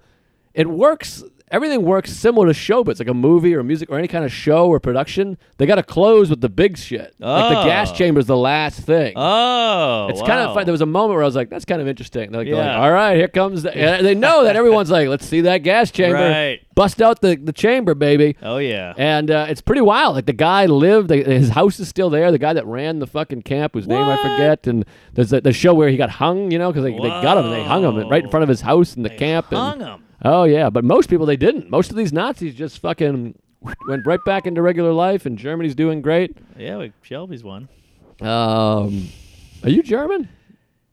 Speaker 3: it works. Everything works similar to showbiz, like a movie or music or any kind of show or production. They got to close with the big shit, like the gas
Speaker 2: Oh.
Speaker 3: chamber's the last thing.
Speaker 2: Oh,
Speaker 3: It's kind of
Speaker 2: wow.
Speaker 3: fun. There was a moment where I was like, "That's kind of interesting." They're like, they're like,
Speaker 2: Yeah.
Speaker 3: "All right, here comes." The, and they know that everyone's like, "Let's see that gas chamber,
Speaker 2: Right.
Speaker 3: bust out the, the chamber, baby."
Speaker 2: Oh yeah.
Speaker 3: And uh, it's pretty wild. Like the guy lived, they, his house is still there. The guy that ran the fucking camp, whose name I
Speaker 2: What?
Speaker 3: forget. And there's the, the show where he got hung, you know, because they, they got him. They hung him right in front of his house in the camp. and-
Speaker 2: Hung 'em.
Speaker 3: oh yeah, but most people they didn't. Most of these Nazis just fucking went right back into regular life. And Germany's doing great.
Speaker 2: Yeah, we, Shelby's one.
Speaker 3: Um, are you German?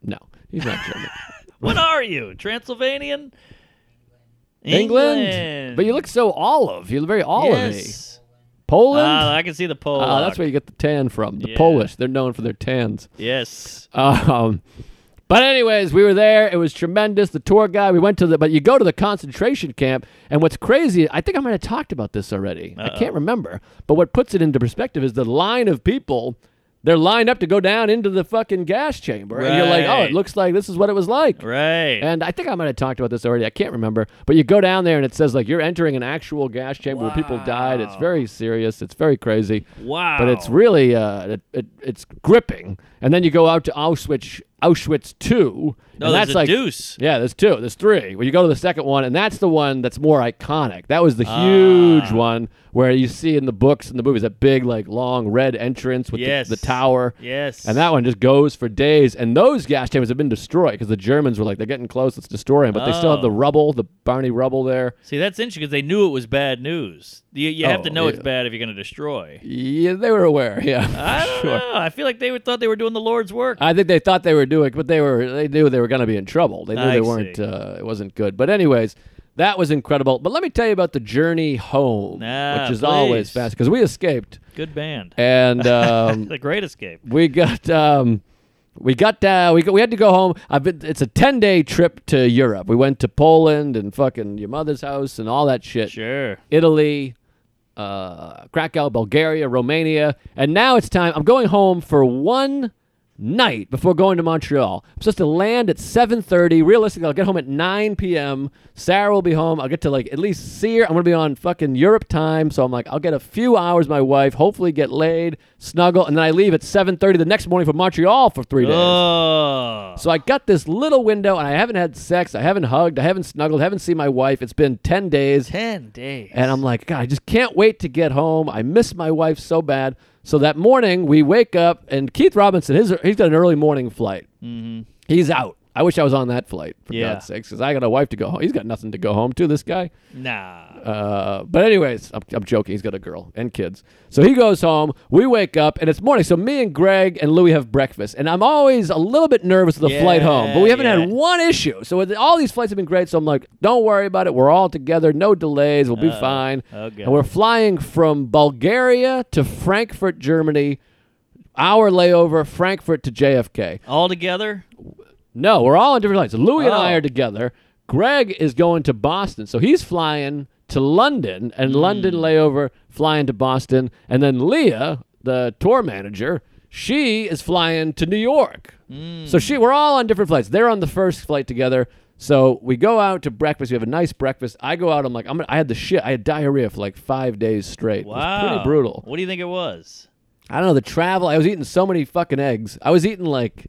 Speaker 3: No, he's not German.
Speaker 2: What are you, Transylvanian?
Speaker 3: England? but you look so olive. You're very olive.
Speaker 2: Yes.
Speaker 3: Poland.
Speaker 2: Ah, I can see the pole.
Speaker 3: Ah, that's where you get the tan from. The
Speaker 2: Yeah.
Speaker 3: Polish. They're known for their tans.
Speaker 2: Yes.
Speaker 3: Um, but anyways, we were there. It was tremendous. The tour guy. We went to the. But you go to the concentration camp, and what's crazy? I think I might have talked about this already. I can't remember. But what puts it into perspective is the line of people They're lined up to go down into the fucking gas chamber, and you're like, oh,
Speaker 2: Right.
Speaker 3: it looks like this is what it was like.
Speaker 2: Right.
Speaker 3: And I think I might have talked about this already. I can't remember. But you go down there and it says like you're entering an actual gas chamber where people died. It's very serious. It's very crazy.
Speaker 2: wow.
Speaker 3: But it's really uh, it, it, it's gripping. And then you go out to Auschwitz Auschwitz two.
Speaker 2: no,
Speaker 3: and
Speaker 2: there's
Speaker 3: that's
Speaker 2: a
Speaker 3: like
Speaker 2: deuce.
Speaker 3: yeah, there's two. There's three. Well, you go to the second one, and that's the one that's more iconic. That was the
Speaker 2: Ah.
Speaker 3: huge one where you see in the books and the movies that big, like, long red entrance with the-
Speaker 2: Yes.
Speaker 3: the, tower.
Speaker 2: Yes.
Speaker 3: And that one just goes for days. And those gas chambers have been destroyed because the Germans were like, they're getting close, let's destroy them. But they still have
Speaker 2: Oh.
Speaker 3: the rubble, the Barney rubble there.
Speaker 2: See, that's interesting because they knew it was bad news. You, you have to
Speaker 3: Oh,
Speaker 2: know
Speaker 3: yeah.
Speaker 2: it's bad if you're going to destroy.
Speaker 3: Yeah, they were aware. Yeah.
Speaker 2: I don't know. I feel like they would- thought they were doing the Lord's work.
Speaker 3: I think they thought they were doing, but they were they knew they were going to be in trouble. They knew
Speaker 2: I
Speaker 3: they
Speaker 2: see.
Speaker 3: weren't. Uh, it wasn't good. But anyways, that was incredible. But let me tell you about the journey home,
Speaker 2: Ah,
Speaker 3: which is always
Speaker 2: please.
Speaker 3: fast because we escaped
Speaker 2: Good band.
Speaker 3: and um,
Speaker 2: The Great Escape.
Speaker 3: we got. Um, we got uh, we got, we had to go home. I've been, it's a ten day trip to Europe. We went to Poland and fucking your mother's house and all that shit.
Speaker 2: Sure.
Speaker 3: Italy, uh, Krakow, Bulgaria, Romania, and now it's time. I'm going home for one night before going to Montreal. I'm supposed to land at 7:30. Realistically, I'll get home at 9 p.m. Sarah will be home. I'll get to like at least see her. I'm gonna be on fucking Europe time, so I'm like, I'll get a few hours. with My wife, hopefully, get laid, snuggle, and then I leave at 7:30 the next morning for Montreal for three days.
Speaker 2: Oh.
Speaker 3: So I got this little window, and I haven't had sex. I haven't hugged. I haven't snuggled. I haven't seen my wife. It's been 10 days.
Speaker 2: 10 days.
Speaker 3: And I'm like, God, I just can't wait to get home. I miss my wife so bad. So that morning, we wake up, and Keith Robinson, his, he's got an early morning flight. Mm-hmm. He's out. I wish I was on that flight, for
Speaker 2: Yeah.
Speaker 3: God's sakes, because I got a wife to go home. He's got nothing to go home to, this guy.
Speaker 2: nah.
Speaker 3: Uh, but anyways, I'm, I'm joking. He's got a girl and kids. So he goes home. We wake up and it's morning. So me and Greg and Louie have breakfast. And I'm always a little bit nervous of the
Speaker 2: Yeah,
Speaker 3: flight home, but we haven't
Speaker 2: yeah.
Speaker 3: had one issue. So with- all these flights have been great. So I'm like, don't worry about it. We're all together. No delays. We'll be fine.
Speaker 2: oh, God.
Speaker 3: And we're flying from Bulgaria to Frankfurt, Germany. Hour layover, Frankfurt to JFK.
Speaker 2: All together?
Speaker 3: No, we're all on different flights. Louis and I
Speaker 2: Oh.
Speaker 3: are together. Greg is going to Boston, so he's flying to London,
Speaker 2: Hmm.
Speaker 3: and London layover, flying to Boston, and then Leah, the tour manager, she is flying to New York.
Speaker 2: Hmm.
Speaker 3: So she, we're all on different flights. They're on the first flight together. So we go out to breakfast. We have a nice breakfast. I go out. I'm like, I'm. Gonna, I had the shit. I had diarrhea for like five days straight. It
Speaker 2: Wow.
Speaker 3: was pretty brutal.
Speaker 2: What do you think it was?
Speaker 3: I don't know the travel. I was eating so many fucking eggs. I was eating like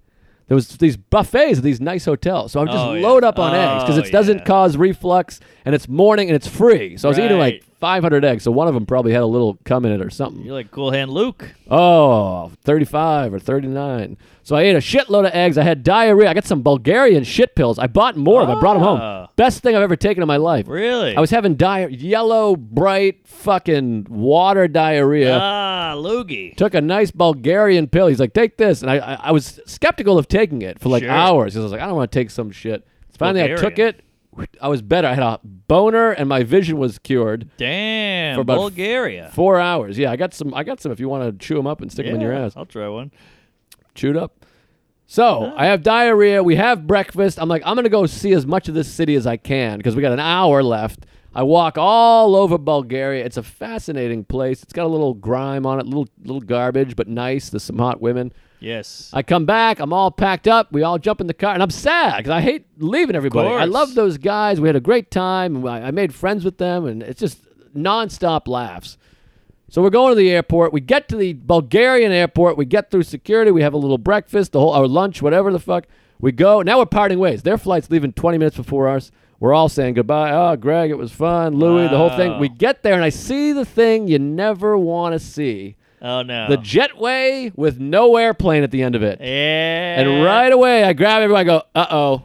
Speaker 3: there was these buffets at these nice hotels, so I'm just
Speaker 2: Oh, yeah.
Speaker 3: load up on eggs because
Speaker 2: Oh,
Speaker 3: it doesn't
Speaker 2: yeah.
Speaker 3: cause reflux, and it's morning and it's free. So I was eating like
Speaker 2: Right.
Speaker 3: 500 eggs, so one of them probably had a little cum in it or something.
Speaker 2: You're like Cool Hand Luke.
Speaker 3: Oh, 35 or 39. So I ate a shitload of eggs. I had diarrhea. I got some Bulgarian shit pills. I bought more. of them. I brought them home.
Speaker 2: Ah.
Speaker 3: Best thing I've ever taken in my life.
Speaker 2: Really?
Speaker 3: I was having diarrhea, yellow, bright, fucking water diarrhea
Speaker 2: Ah, Loogie.
Speaker 3: took a nice Bulgarian pill. He's like, take this, and I I, I was skeptical of taking it for like
Speaker 2: Sure.
Speaker 3: hours 'cause I was like, I don't want to take some shit. Finally, I took
Speaker 2: Bulgarian.
Speaker 3: it. I was better. I had a boner, and my vision was cured.
Speaker 2: Damn.
Speaker 3: For about
Speaker 2: Bulgaria.
Speaker 3: Four hours. Yeah, I got some. I got some. If you want to chew them up and stick them in your
Speaker 2: Yeah,
Speaker 3: ass,
Speaker 2: I'll try one.
Speaker 3: chewed up. So I have diarrhea. We have breakfast. I'm like, I'm gonna go see as much of this city as I can because we got an hour left. I walk all over Bulgaria. It's a fascinating place. It's got a little grime on it, little little garbage, but nice. There's some hot women.
Speaker 2: Yes.
Speaker 3: I come back. I'm all packed up. We all jump in the car, and I'm sad because I hate leaving everybody. I
Speaker 2: course.
Speaker 3: love those guys. We had a great time. and I I made friends with them, and it's just nonstop laughs. So we're going to the airport. We get to the Bulgarian airport. We get through security. We have a little breakfast, the whole our lunch, whatever the fuck. We go. Now we're parting ways. Their flight's leaving 20 minutes before ours. We're all saying goodbye. Oh, Greg, it was fun. Louis, the whole thing.
Speaker 2: Wow.
Speaker 3: We get there, and I see the thing you never want to see.
Speaker 2: oh, no.
Speaker 3: The jetway with no airplane at the end of it.
Speaker 2: yeah.
Speaker 3: And right away, I grab everyone. I go, uh oh.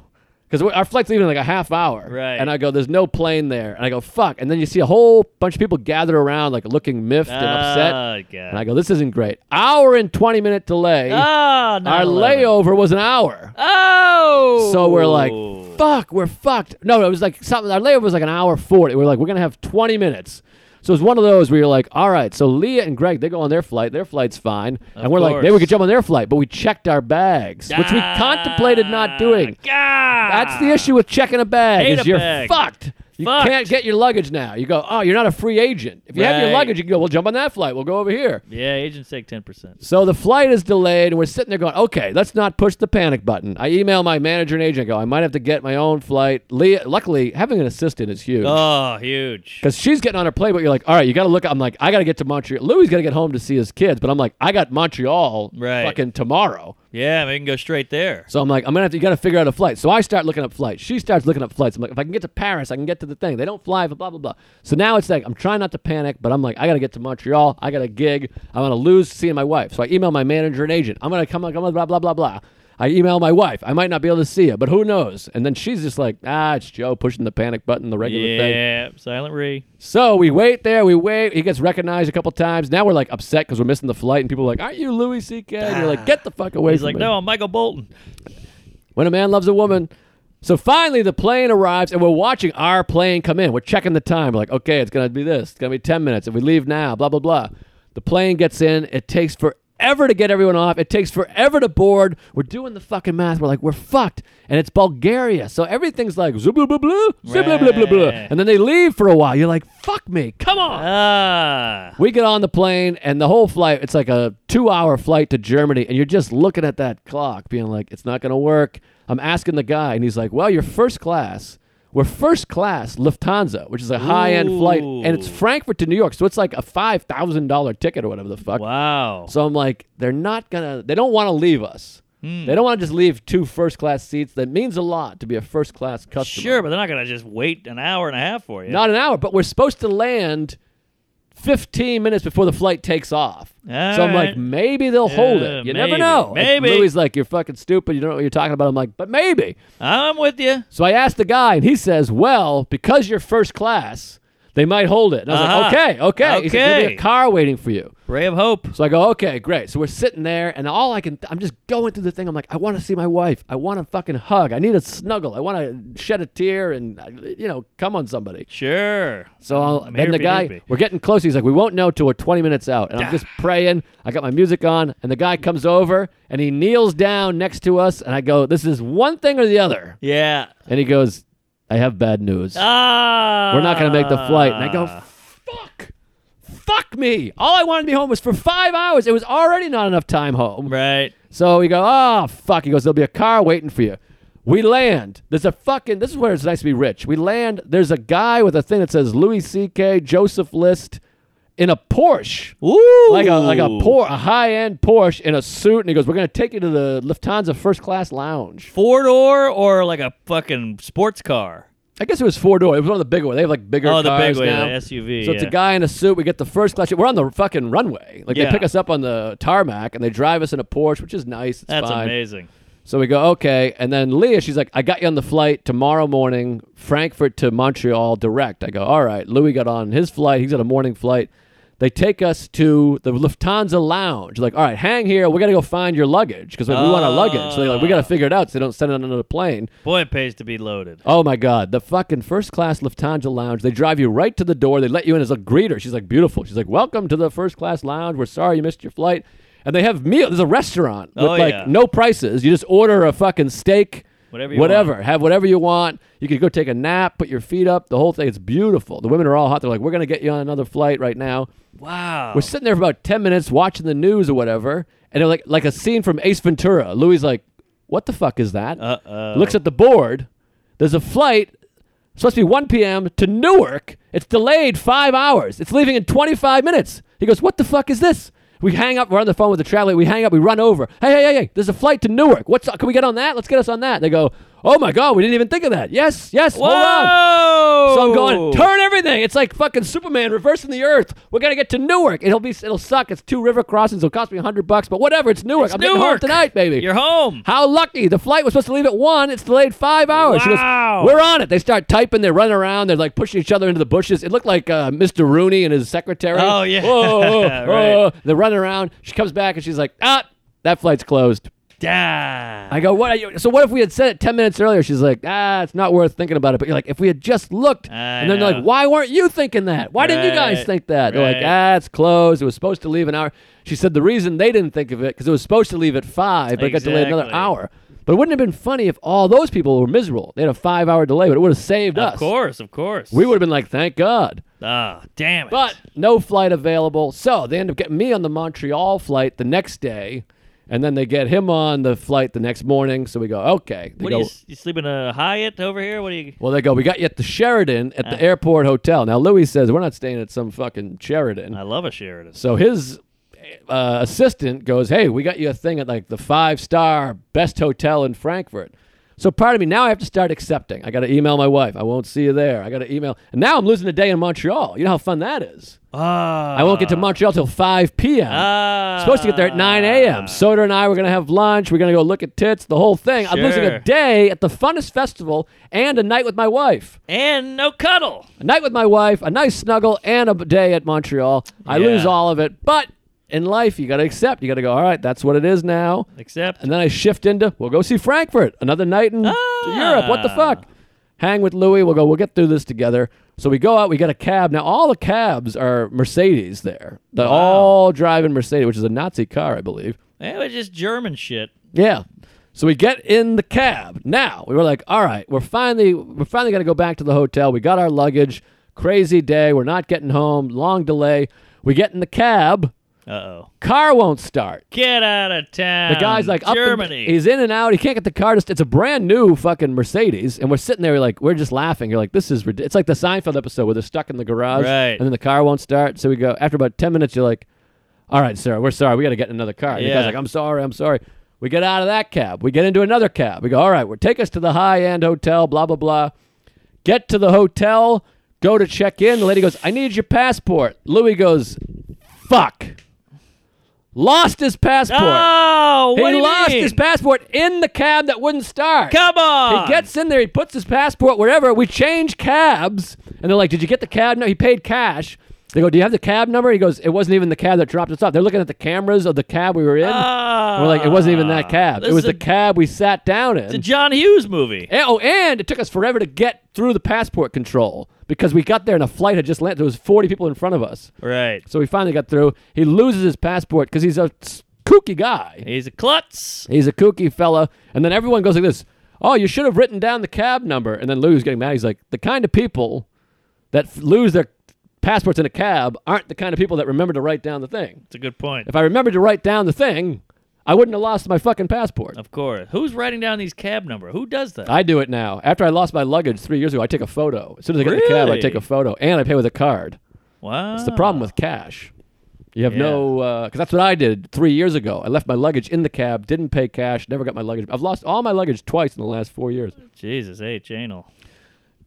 Speaker 3: Because our flight's leaving in like a half hour.
Speaker 2: Right.
Speaker 3: And I go, there's no plane there. And I go, fuck. And then you see a whole bunch of people gathered around, like looking miffed and upset.
Speaker 2: Oh, Ah, God.
Speaker 3: And I go, this isn't great. Hour and 20 minute delay.
Speaker 2: Oh, no.
Speaker 3: our layover was an hour.
Speaker 2: Oh.
Speaker 3: So we're like, fuck, we're fucked. No, it was like something. Our layover was like an hour 40. We're like, we're going to have 20 minutes. So it's one of those where you're like, all right, so Leah and Greg, they go on their flight. Their flight's fine. and we're like,
Speaker 2: course.
Speaker 3: maybe we could jump on their flight. But we checked our bags, which we contemplated not doing.
Speaker 2: Ah, God.
Speaker 3: That's the issue with checking a bag
Speaker 2: Hate
Speaker 3: is
Speaker 2: a
Speaker 3: you're
Speaker 2: bag.
Speaker 3: fucked. You
Speaker 2: Fucked.
Speaker 3: can't get your luggage now. You go, oh, you're not a free agent. If you have your
Speaker 2: Right.
Speaker 3: luggage, you can go, we'll jump on that flight. We'll go over here.
Speaker 2: Yeah, agents take ten percent.
Speaker 3: So the flight is delayed, and we're sitting there going, okay, let's not push the panic button. I email my manager and agent, I go, I might have to get my own flight. Leah, luckily, having an assistant is huge.
Speaker 2: Oh, huge.
Speaker 3: Because she's getting on her plane, but you're like, all right, you got to look. I'm like, I got to get to Montreal. Louis got to get home to see his kids, but I'm like, I got Montreal
Speaker 2: Right.
Speaker 3: fucking tomorrow.
Speaker 2: Yeah, we can go straight there.
Speaker 3: So I'm like, I'm gonna have to. You got to figure out a flight. So I start looking up flights. She starts looking up flights. I'm like, if I can get to Paris, I can get to the thing. They don't fly for blah blah blah. So now it's like I'm trying not to panic, but I'm like, I gotta get to Montreal. I got a gig. I'm gonna lose seeing my wife. So I email my manager and agent. I'm gonna come on, come on, blah blah blah blah. I email my wife. I might not be able to see her, but who knows? And then she's just like, ah, it's Joe pushing the panic button, the regular thing.
Speaker 2: Yeah, Silent Re.
Speaker 3: So we wait there, we wait. He gets recognized a couple times. Now we're like upset because we're missing the flight, and people are like, "Aren't you Louis C.K.?" And you're like, "Get the fuck away!"
Speaker 2: Ah. He's
Speaker 3: from
Speaker 2: like,
Speaker 3: me.
Speaker 2: no, I'm Michael Bolton.
Speaker 3: When a man loves a woman. So finally, the plane arrives, and we're watching our plane come in. We're checking the time. We're like, "Okay, it's gonna be this. It's gonna be ten minutes. If we leave now, blah blah blah." The plane gets in. It takes forever to get everyone off. It takes forever to board. We're doing the fucking math. We're like, "We're fucked," and it's Bulgaria, so everything's like, "Blah blah blah blah blah blah blah,"
Speaker 2: Right.
Speaker 3: and then they leave for a while. You're like, "Fuck me, come on."
Speaker 2: Ah,
Speaker 3: We get on the plane, and the whole flight, it's like a two hour flight to Germany, and you're just looking at that clock, being like, it's not going to work. I'm asking the guy, and he's like, well, you're first class. We're first class Lufthansa, which is a high end flight, and it's
Speaker 2: Ooh.
Speaker 3: Frankfurt to New York. So it's like a $5,000 ticket or whatever the fuck.
Speaker 2: wow.
Speaker 3: So I'm like, they're not going to, they don't want to leave us.
Speaker 2: Hmm.
Speaker 3: They don't want to just leave two first class seats. That means a lot to be a first class customer.
Speaker 2: Sure, but they're not gonna just wait an hour and a half for you.
Speaker 3: Not an hour, but we're supposed to land 15 minutes before the flight takes off.
Speaker 2: All
Speaker 3: so I'm like,
Speaker 2: right.
Speaker 3: maybe they'll hold
Speaker 2: Yeah,
Speaker 3: it. You never
Speaker 2: maybe,
Speaker 3: know. And
Speaker 2: maybe.
Speaker 3: Louis like, you're fucking stupid. You don't know what you're talking about. I'm like, but maybe.
Speaker 2: I'm with you.
Speaker 3: So I asked the guy, and he says, well, because you're first class, they might hold it. And I was like,
Speaker 2: Uh-huh.
Speaker 3: okay, okay. He said, there'll be
Speaker 2: Okay.
Speaker 3: a car waiting for you.
Speaker 2: Ray of hope.
Speaker 3: So I go, okay, great. So we're sitting there, and all I can, I'm just going through the thing. I'm like, I want to see my wife. I want to fucking hug. I need a snuggle. I want to shed a tear and, uh, you know, come on somebody.
Speaker 2: Sure.
Speaker 3: So I'll, then
Speaker 2: I'm here
Speaker 3: the
Speaker 2: if you need
Speaker 3: guy,
Speaker 2: me.
Speaker 3: we're getting close. He's like, we won't know till we're 20 minutes out. And I'm just praying. I got my music on, and the guy comes over and he kneels down next to us. And I go, this is one thing or the other.
Speaker 2: Yeah.
Speaker 3: And he goes, I have bad news.
Speaker 2: Ah.
Speaker 3: We're not going to make the flight. And I go, fuck. Fuck me. All I wanted to be home was for five hours. It was already not enough time home.
Speaker 2: Right.
Speaker 3: So we go, oh, fuck. He goes, there'll be a car waiting for you. We land. There's a fucking, this is where it's nice to be rich. We land. There's a guy with a thing that says Louis C.K., Joseph List, in a Porsche.
Speaker 2: Ooh.
Speaker 3: Like a, like a poor a high end Porsche in a suit, and he goes, "We're gonna take you to the Lufthansa first class lounge."
Speaker 2: four door or like a fucking sports car.
Speaker 3: I guess it was four door. It was one of the bigger ones. They have like bigger
Speaker 2: Oh, the
Speaker 3: cars
Speaker 2: big way,
Speaker 3: now.
Speaker 2: the SUV.
Speaker 3: So it's a
Speaker 2: yeah.
Speaker 3: guy in a suit. We get the first class. We're on the fucking runway. Like they
Speaker 2: Yeah.
Speaker 3: pick us up on the tarmac and they drive us in a Porsche, which is nice. It's
Speaker 2: That's
Speaker 3: fine.
Speaker 2: amazing.
Speaker 3: So we go okay, and then Leah, she's like, "I got you on the flight tomorrow morning, Frankfurt to Montreal direct." I go, "All right." Louis got on his flight. He's got a morning flight. They take us to the Lufthansa lounge. Like, all right, hang here. We're gonna go find your luggage because like, we want our luggage. So they're like, we gotta figure it out so they don't send it on another plane.
Speaker 2: Boy, it pays to be loaded.
Speaker 3: Oh my God, the fucking first class Lufthansa lounge. They drive you right to the door. They let you in as a greeter. She's like, beautiful. She's like, welcome to the first class lounge. We're sorry you missed your flight. And they have meal. There's a restaurant with
Speaker 2: Oh,
Speaker 3: like
Speaker 2: yeah.
Speaker 3: no prices. You just order a fucking steak,
Speaker 2: Whatever you
Speaker 3: whatever. Have whatever you want. You could go take a nap, put your feet up. The whole thing. It's beautiful. The women are all hot. They're like, we're gonna get you on another flight right now.
Speaker 2: Wow.
Speaker 3: We're sitting there for about ten minutes watching the news or whatever, and they're like like a scene from Ace Ventura. Louis like, what the fuck is that?
Speaker 2: Uh oh.
Speaker 3: looks at the board. There's a flight supposed to be 1 p.m. to Newark. It's delayed five hours. It's leaving in 25 minutes. He goes, "What the fuck is this?" We hang up. We're on the phone with the traveler. We hang up. We run over. Hey, hey, hey, hey! There's a flight to Newark. What's can we get on that? Let's get us on that. They go, "Oh my god, we didn't even think of that." Yes, yes.
Speaker 2: Whoa.
Speaker 3: Hold on. So I'm going, turn everything. It's like fucking Superman reversing the Earth. We're gonna get to Newark. It'll be, it'll suck. It's two river crossings. It'll cost me hundred bucks, but whatever. It's Newark.
Speaker 2: It's
Speaker 3: I'm getting home
Speaker 2: Newark.
Speaker 3: tonight, baby.
Speaker 2: You're home.
Speaker 3: How lucky. The flight was supposed to leave at 1. It's delayed five hours. She goes,
Speaker 2: Wow.
Speaker 3: We're on it. They start typing. They're running around. They're like pushing each other into the bushes. It looked like uh, Mr. Rooney and his secretary.
Speaker 2: Oh, yeah.
Speaker 3: Whoa, whoa, whoa.
Speaker 2: Right.
Speaker 3: They're running around. She comes back and she's like, Ah, that flight's closed.
Speaker 2: Da.
Speaker 3: I go, What are you? So, what if we had said it 10 minutes earlier? She's like, Ah, it's not worth thinking about it. But you're like, If we had just looked.
Speaker 2: I
Speaker 3: and then they're
Speaker 2: know.
Speaker 3: like, Why weren't you thinking that? Why didn't you guys
Speaker 2: Right.
Speaker 3: think that? They're like,
Speaker 2: Right.
Speaker 3: Ah, it's closed. It was supposed to leave an hour. She said the reason they didn't think of it because it was supposed to leave at 5, but it got delayed another
Speaker 2: Exactly.
Speaker 3: hour. But it wouldn't have been funny if all those people were miserable. They had a five hour delay, but it would have saved us.
Speaker 2: Of course, of course.
Speaker 3: We would have been like, thank God.
Speaker 2: Ah, damn it.
Speaker 3: But no flight available. So they end up getting me on the Montreal flight the next day. And then they get him on the flight the next morning. So we go, okay. They
Speaker 2: what
Speaker 3: go,
Speaker 2: are you, s- you sleeping a Hyatt over here? What are you?
Speaker 3: well, they go, we got you at the Sheridan at the airport hotel. Now, Louis says, we're not staying at some fucking Sheridan.
Speaker 2: I love a Sheridan.
Speaker 3: So his uh, assistant goes, "Hey, we got you a thing at like the five star best hotel in Frankfurt." So part of me now I have to start accepting. I got to email my wife. I won't see you there. I got to email, and now I'm losing a day in Montreal. You know how fun that is.
Speaker 2: Ah,
Speaker 3: I won't get to Montreal till 5 p.m.
Speaker 2: Ah.
Speaker 3: Supposed to get there at 9 a.m. Soda and I were gonna have lunch. We're gonna go look at tits. The whole thing. I'm losing
Speaker 2: Sure.
Speaker 3: a day at the funnest festival and a night with my wife.
Speaker 2: and no cuddle.
Speaker 3: A night with my wife, a nice snuggle, and a b- day at Montreal. I
Speaker 2: Yeah.
Speaker 3: lose all of it, but in life, you got to accept. You got to go. All right, that's what it is now.
Speaker 2: Except
Speaker 3: And then I shift into we'll go see Frankfurt, another night in Europe. What the fuck? Hang with Louis. We'll go. We'll get through this together. So we go out. We get a cab. Now all the cabs are Mercedes there. They're all driving Mercedes, which is a Nazi car, I believe.
Speaker 2: it was just German shit.
Speaker 3: Yeah. So we get in the cab. Now we were like, all right, we're finally we're finally gonna go back to the hotel. We got our luggage. Crazy day. We're not getting home. Long delay. We get in the cab.
Speaker 2: Uh oh.
Speaker 3: Car won't start.
Speaker 2: Get out of town.
Speaker 3: The guy's like up and-
Speaker 2: Germany.
Speaker 3: he's in and out. He can't get the car. To st- it's a brand new fucking Mercedes, and we're sitting there like we're just laughing. You're like, this is rid- it's like the Seinfeld episode where they're stuck in the garage,
Speaker 2: Right.
Speaker 3: And then the car won't start. So we go after about ten minutes. You're like, all right, sir, we're sorry. We got to get in another car. And The
Speaker 2: Yeah.
Speaker 3: guy's like, I'm sorry, I'm sorry. We get out of that cab. We get into another cab. We go, all right, well, take us to the high end hotel. Blah blah blah. Get to the hotel. Go to check in. The lady goes, I need your passport. Louis goes, fuck. Lost his passport.
Speaker 2: oh,
Speaker 3: He
Speaker 2: what do you
Speaker 3: lost
Speaker 2: mean?
Speaker 3: his passport in the cab that wouldn't start.
Speaker 2: Come on.
Speaker 3: He gets in there, he puts his passport wherever. We change cabs, and they're like, "Did you get the cab?" No, he paid cash. They go, "Do you have the cab number?" He goes, "It wasn't even the cab that dropped us off." They're looking at the cameras of the cab we were in.
Speaker 2: Ah.
Speaker 3: And we're like, "It wasn't even that cab. It
Speaker 2: This
Speaker 3: was the
Speaker 2: is a-
Speaker 3: cab we sat down
Speaker 2: Ah, It's a
Speaker 3: in."
Speaker 2: John Hughes movie.
Speaker 3: And- oh, and it took us forever to get through the passport control because we got there and a flight had just landed. There was 40 people in front of us,
Speaker 2: Right.
Speaker 3: so we finally got through. He loses his passport because he's a s- kooky guy.
Speaker 2: He's a klutz.
Speaker 3: He's a kooky fella. And then everyone goes like this Oh, you should have written down the cab number. And then Lou's getting mad. He's like, The kind of people that f- lose their passports in a cab aren't the kind of people that remember to write down the thing.
Speaker 2: It's a good point.
Speaker 3: If I remembered to write down the thing, I wouldn't have lost my fucking passport.
Speaker 2: Of course. Who's writing down these cab number? Who does that?
Speaker 3: I do it now. After I lost my luggage three years ago, I take a photo. As soon as I get in the cab, I
Speaker 2: Really?
Speaker 3: take a photo and I pay with a card.
Speaker 2: wow.
Speaker 3: It's the problem with cash. You have no, because that's what I did three years ago. I left my luggage in the cab, didn't pay cash, never got my luggage. I've lost all my luggage twice in the last four years.
Speaker 2: Jesus H. Anal.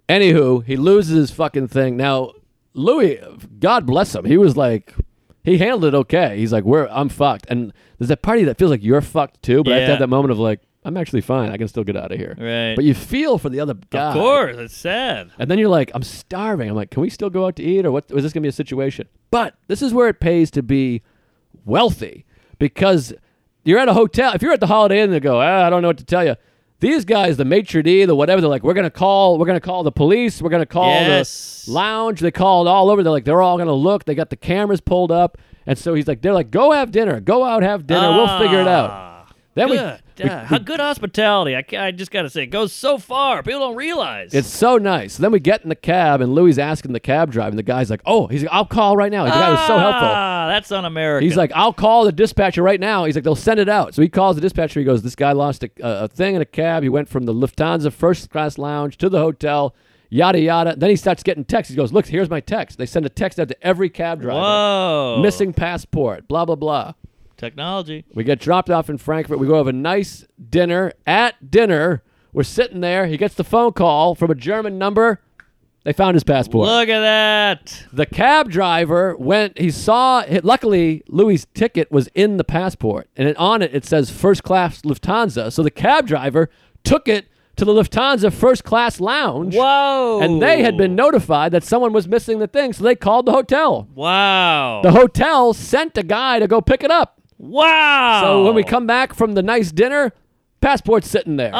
Speaker 3: Anywho, he loses his fucking thing. Now, Louis, God bless him. He was like, he handled it okay. He's like, we're, I'm fucked. And there's that part of you that feels like you're fucked too, but I have to
Speaker 2: Yeah.
Speaker 3: have that moment of like, I'm actually fine. I can still get out of here.
Speaker 2: Right.
Speaker 3: But you feel for the other guy.
Speaker 2: Of course. It's sad.
Speaker 3: And then you're like, I'm starving. I'm like, can we still go out to eat or what? Is this going to be a situation? But this is where it pays to be wealthy because you're at a hotel. If you're at the Holiday Inn, they go, ah, I don't know what to tell you. These guys, the maitre d, the whatever, they're like, we're gonna call, we're gonna call the police, we're gonna call
Speaker 2: Yes.
Speaker 3: the lounge. They called all over. They're like, they're all gonna look. They got the cameras pulled up, and so he's like, they're like, go have dinner, go out, have dinner. we'll figure it out.
Speaker 2: Ah,
Speaker 3: Then we-
Speaker 2: good.
Speaker 3: we,
Speaker 2: Ah, how good hospitality. I, ca- I just got to say, it goes so far. People don't realize.
Speaker 3: It's so nice. Then we get in the cab, and Louis asking the cab driver, and the guy's like, "Oh, he's like, I'll call right now." Like, the guy was so helpful.
Speaker 2: Ah, that's on America.
Speaker 3: He's like, "I'll call the dispatcher right now." He's like, "They'll send it out." So he calls the dispatcher. He goes, "This guy lost a, a a thing in a cab. He went from the Lufthansa first class lounge to the hotel." Yada yada. Then he starts getting texts. He goes, "Look, here's my text." They send a text out to every cab driver.
Speaker 2: whoa.
Speaker 3: Missing passport. Blah blah blah.
Speaker 2: Technology.
Speaker 3: We get dropped off in Frankfurt. We go have a nice dinner. At dinner, we're sitting there. He gets the phone call from a German number. They found his passport.
Speaker 2: Look at that.
Speaker 3: The cab driver went. He saw. Luckily, Louis' ticket was in the passport, and it, on it it says first class Lufthansa. So the cab driver took it to the Lufthansa first class lounge,
Speaker 2: Whoa.
Speaker 3: and they had been notified that someone was missing the thing. So they called the hotel.
Speaker 2: Wow.
Speaker 3: The hotel sent a guy to go pick it up.
Speaker 2: wow.
Speaker 3: So when we come back from the nice dinner, passport's sitting there.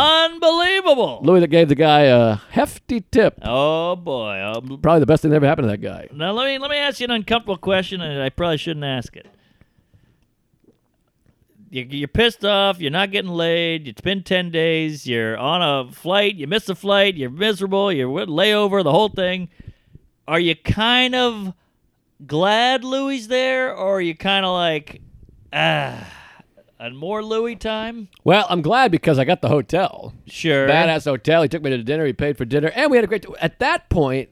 Speaker 2: Unbelievable.
Speaker 3: Louis that gave the guy a hefty tip.
Speaker 2: Oh, boy. Oh,
Speaker 3: Probably the best thing that ever happened to that guy.
Speaker 2: Now let me let me ask you an uncomfortable question, and I probably shouldn't ask it. you- you're pissed off. You're not getting laid. It's been ten days. You're on a flight. You miss a flight. You're miserable. You're with layover. The whole thing. Are you kind of glad Louis there, or are you kind of like, ah, and more Louis time?
Speaker 3: Well, I'm glad because I got the hotel.
Speaker 2: Sure.
Speaker 3: Badass hotel. He took me to dinner. He paid for dinner, and we had a great. At that point,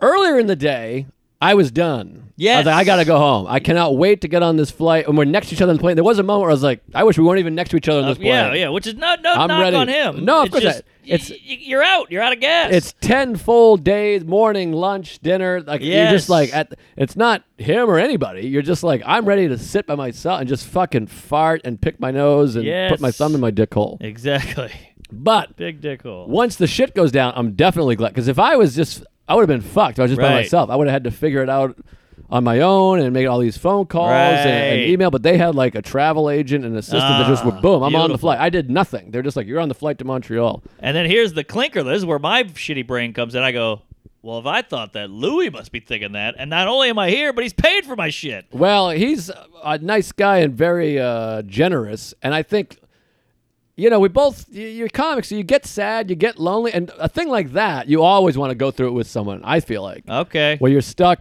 Speaker 3: earlier in the day, I was done. I
Speaker 2: Yes.
Speaker 3: was like, I gotta go home. I cannot wait to get on this flight. And we're next to each other on the plane. There was a moment where I was like, I wish we weren't even next to each other on
Speaker 2: Uh,
Speaker 3: this plane.
Speaker 2: yeah, yeah. Which is not no
Speaker 3: I'm
Speaker 2: knock
Speaker 3: ready.
Speaker 2: on him.
Speaker 3: No, of
Speaker 2: it's
Speaker 3: course
Speaker 2: just,
Speaker 3: not. It's-
Speaker 2: y- y- you're out. You're out of gas.
Speaker 3: It's ten full days: morning, lunch, dinner. Like you're just
Speaker 2: Yes.
Speaker 3: like at. It's not him or anybody. You're just like I'm ready to sit by myself and just fucking fart and pick my nose and put my
Speaker 2: Yes.
Speaker 3: thumb in my dick hole.
Speaker 2: exactly
Speaker 3: But
Speaker 2: big dick hole.
Speaker 3: once the shit goes down, I'm definitely glad because if I was just, I would have been fucked. I was just by
Speaker 2: Right.
Speaker 3: myself. I would have had to figure it out on my own and make all these phone calls and, and
Speaker 2: Right.
Speaker 3: email. But they had like a travel agent and assistant that just were
Speaker 2: Ah,
Speaker 3: boom. I'm on the
Speaker 2: beautiful.
Speaker 3: flight. I did nothing. They're just like you're on the flight to Montreal.
Speaker 2: And then here's the clinker. This is where my shitty brain comes in. I go, well, if I thought that, Louis must be thinking that. And not only am I here, but he's paid for my shit.
Speaker 3: Well, he's a nice guy and very uh, generous, and I think, you know, we both y- you're comics, so you get sad, you get lonely, and a thing like that, you always want to go through it with someone. I feel like
Speaker 2: Okay.
Speaker 3: where you're stuck,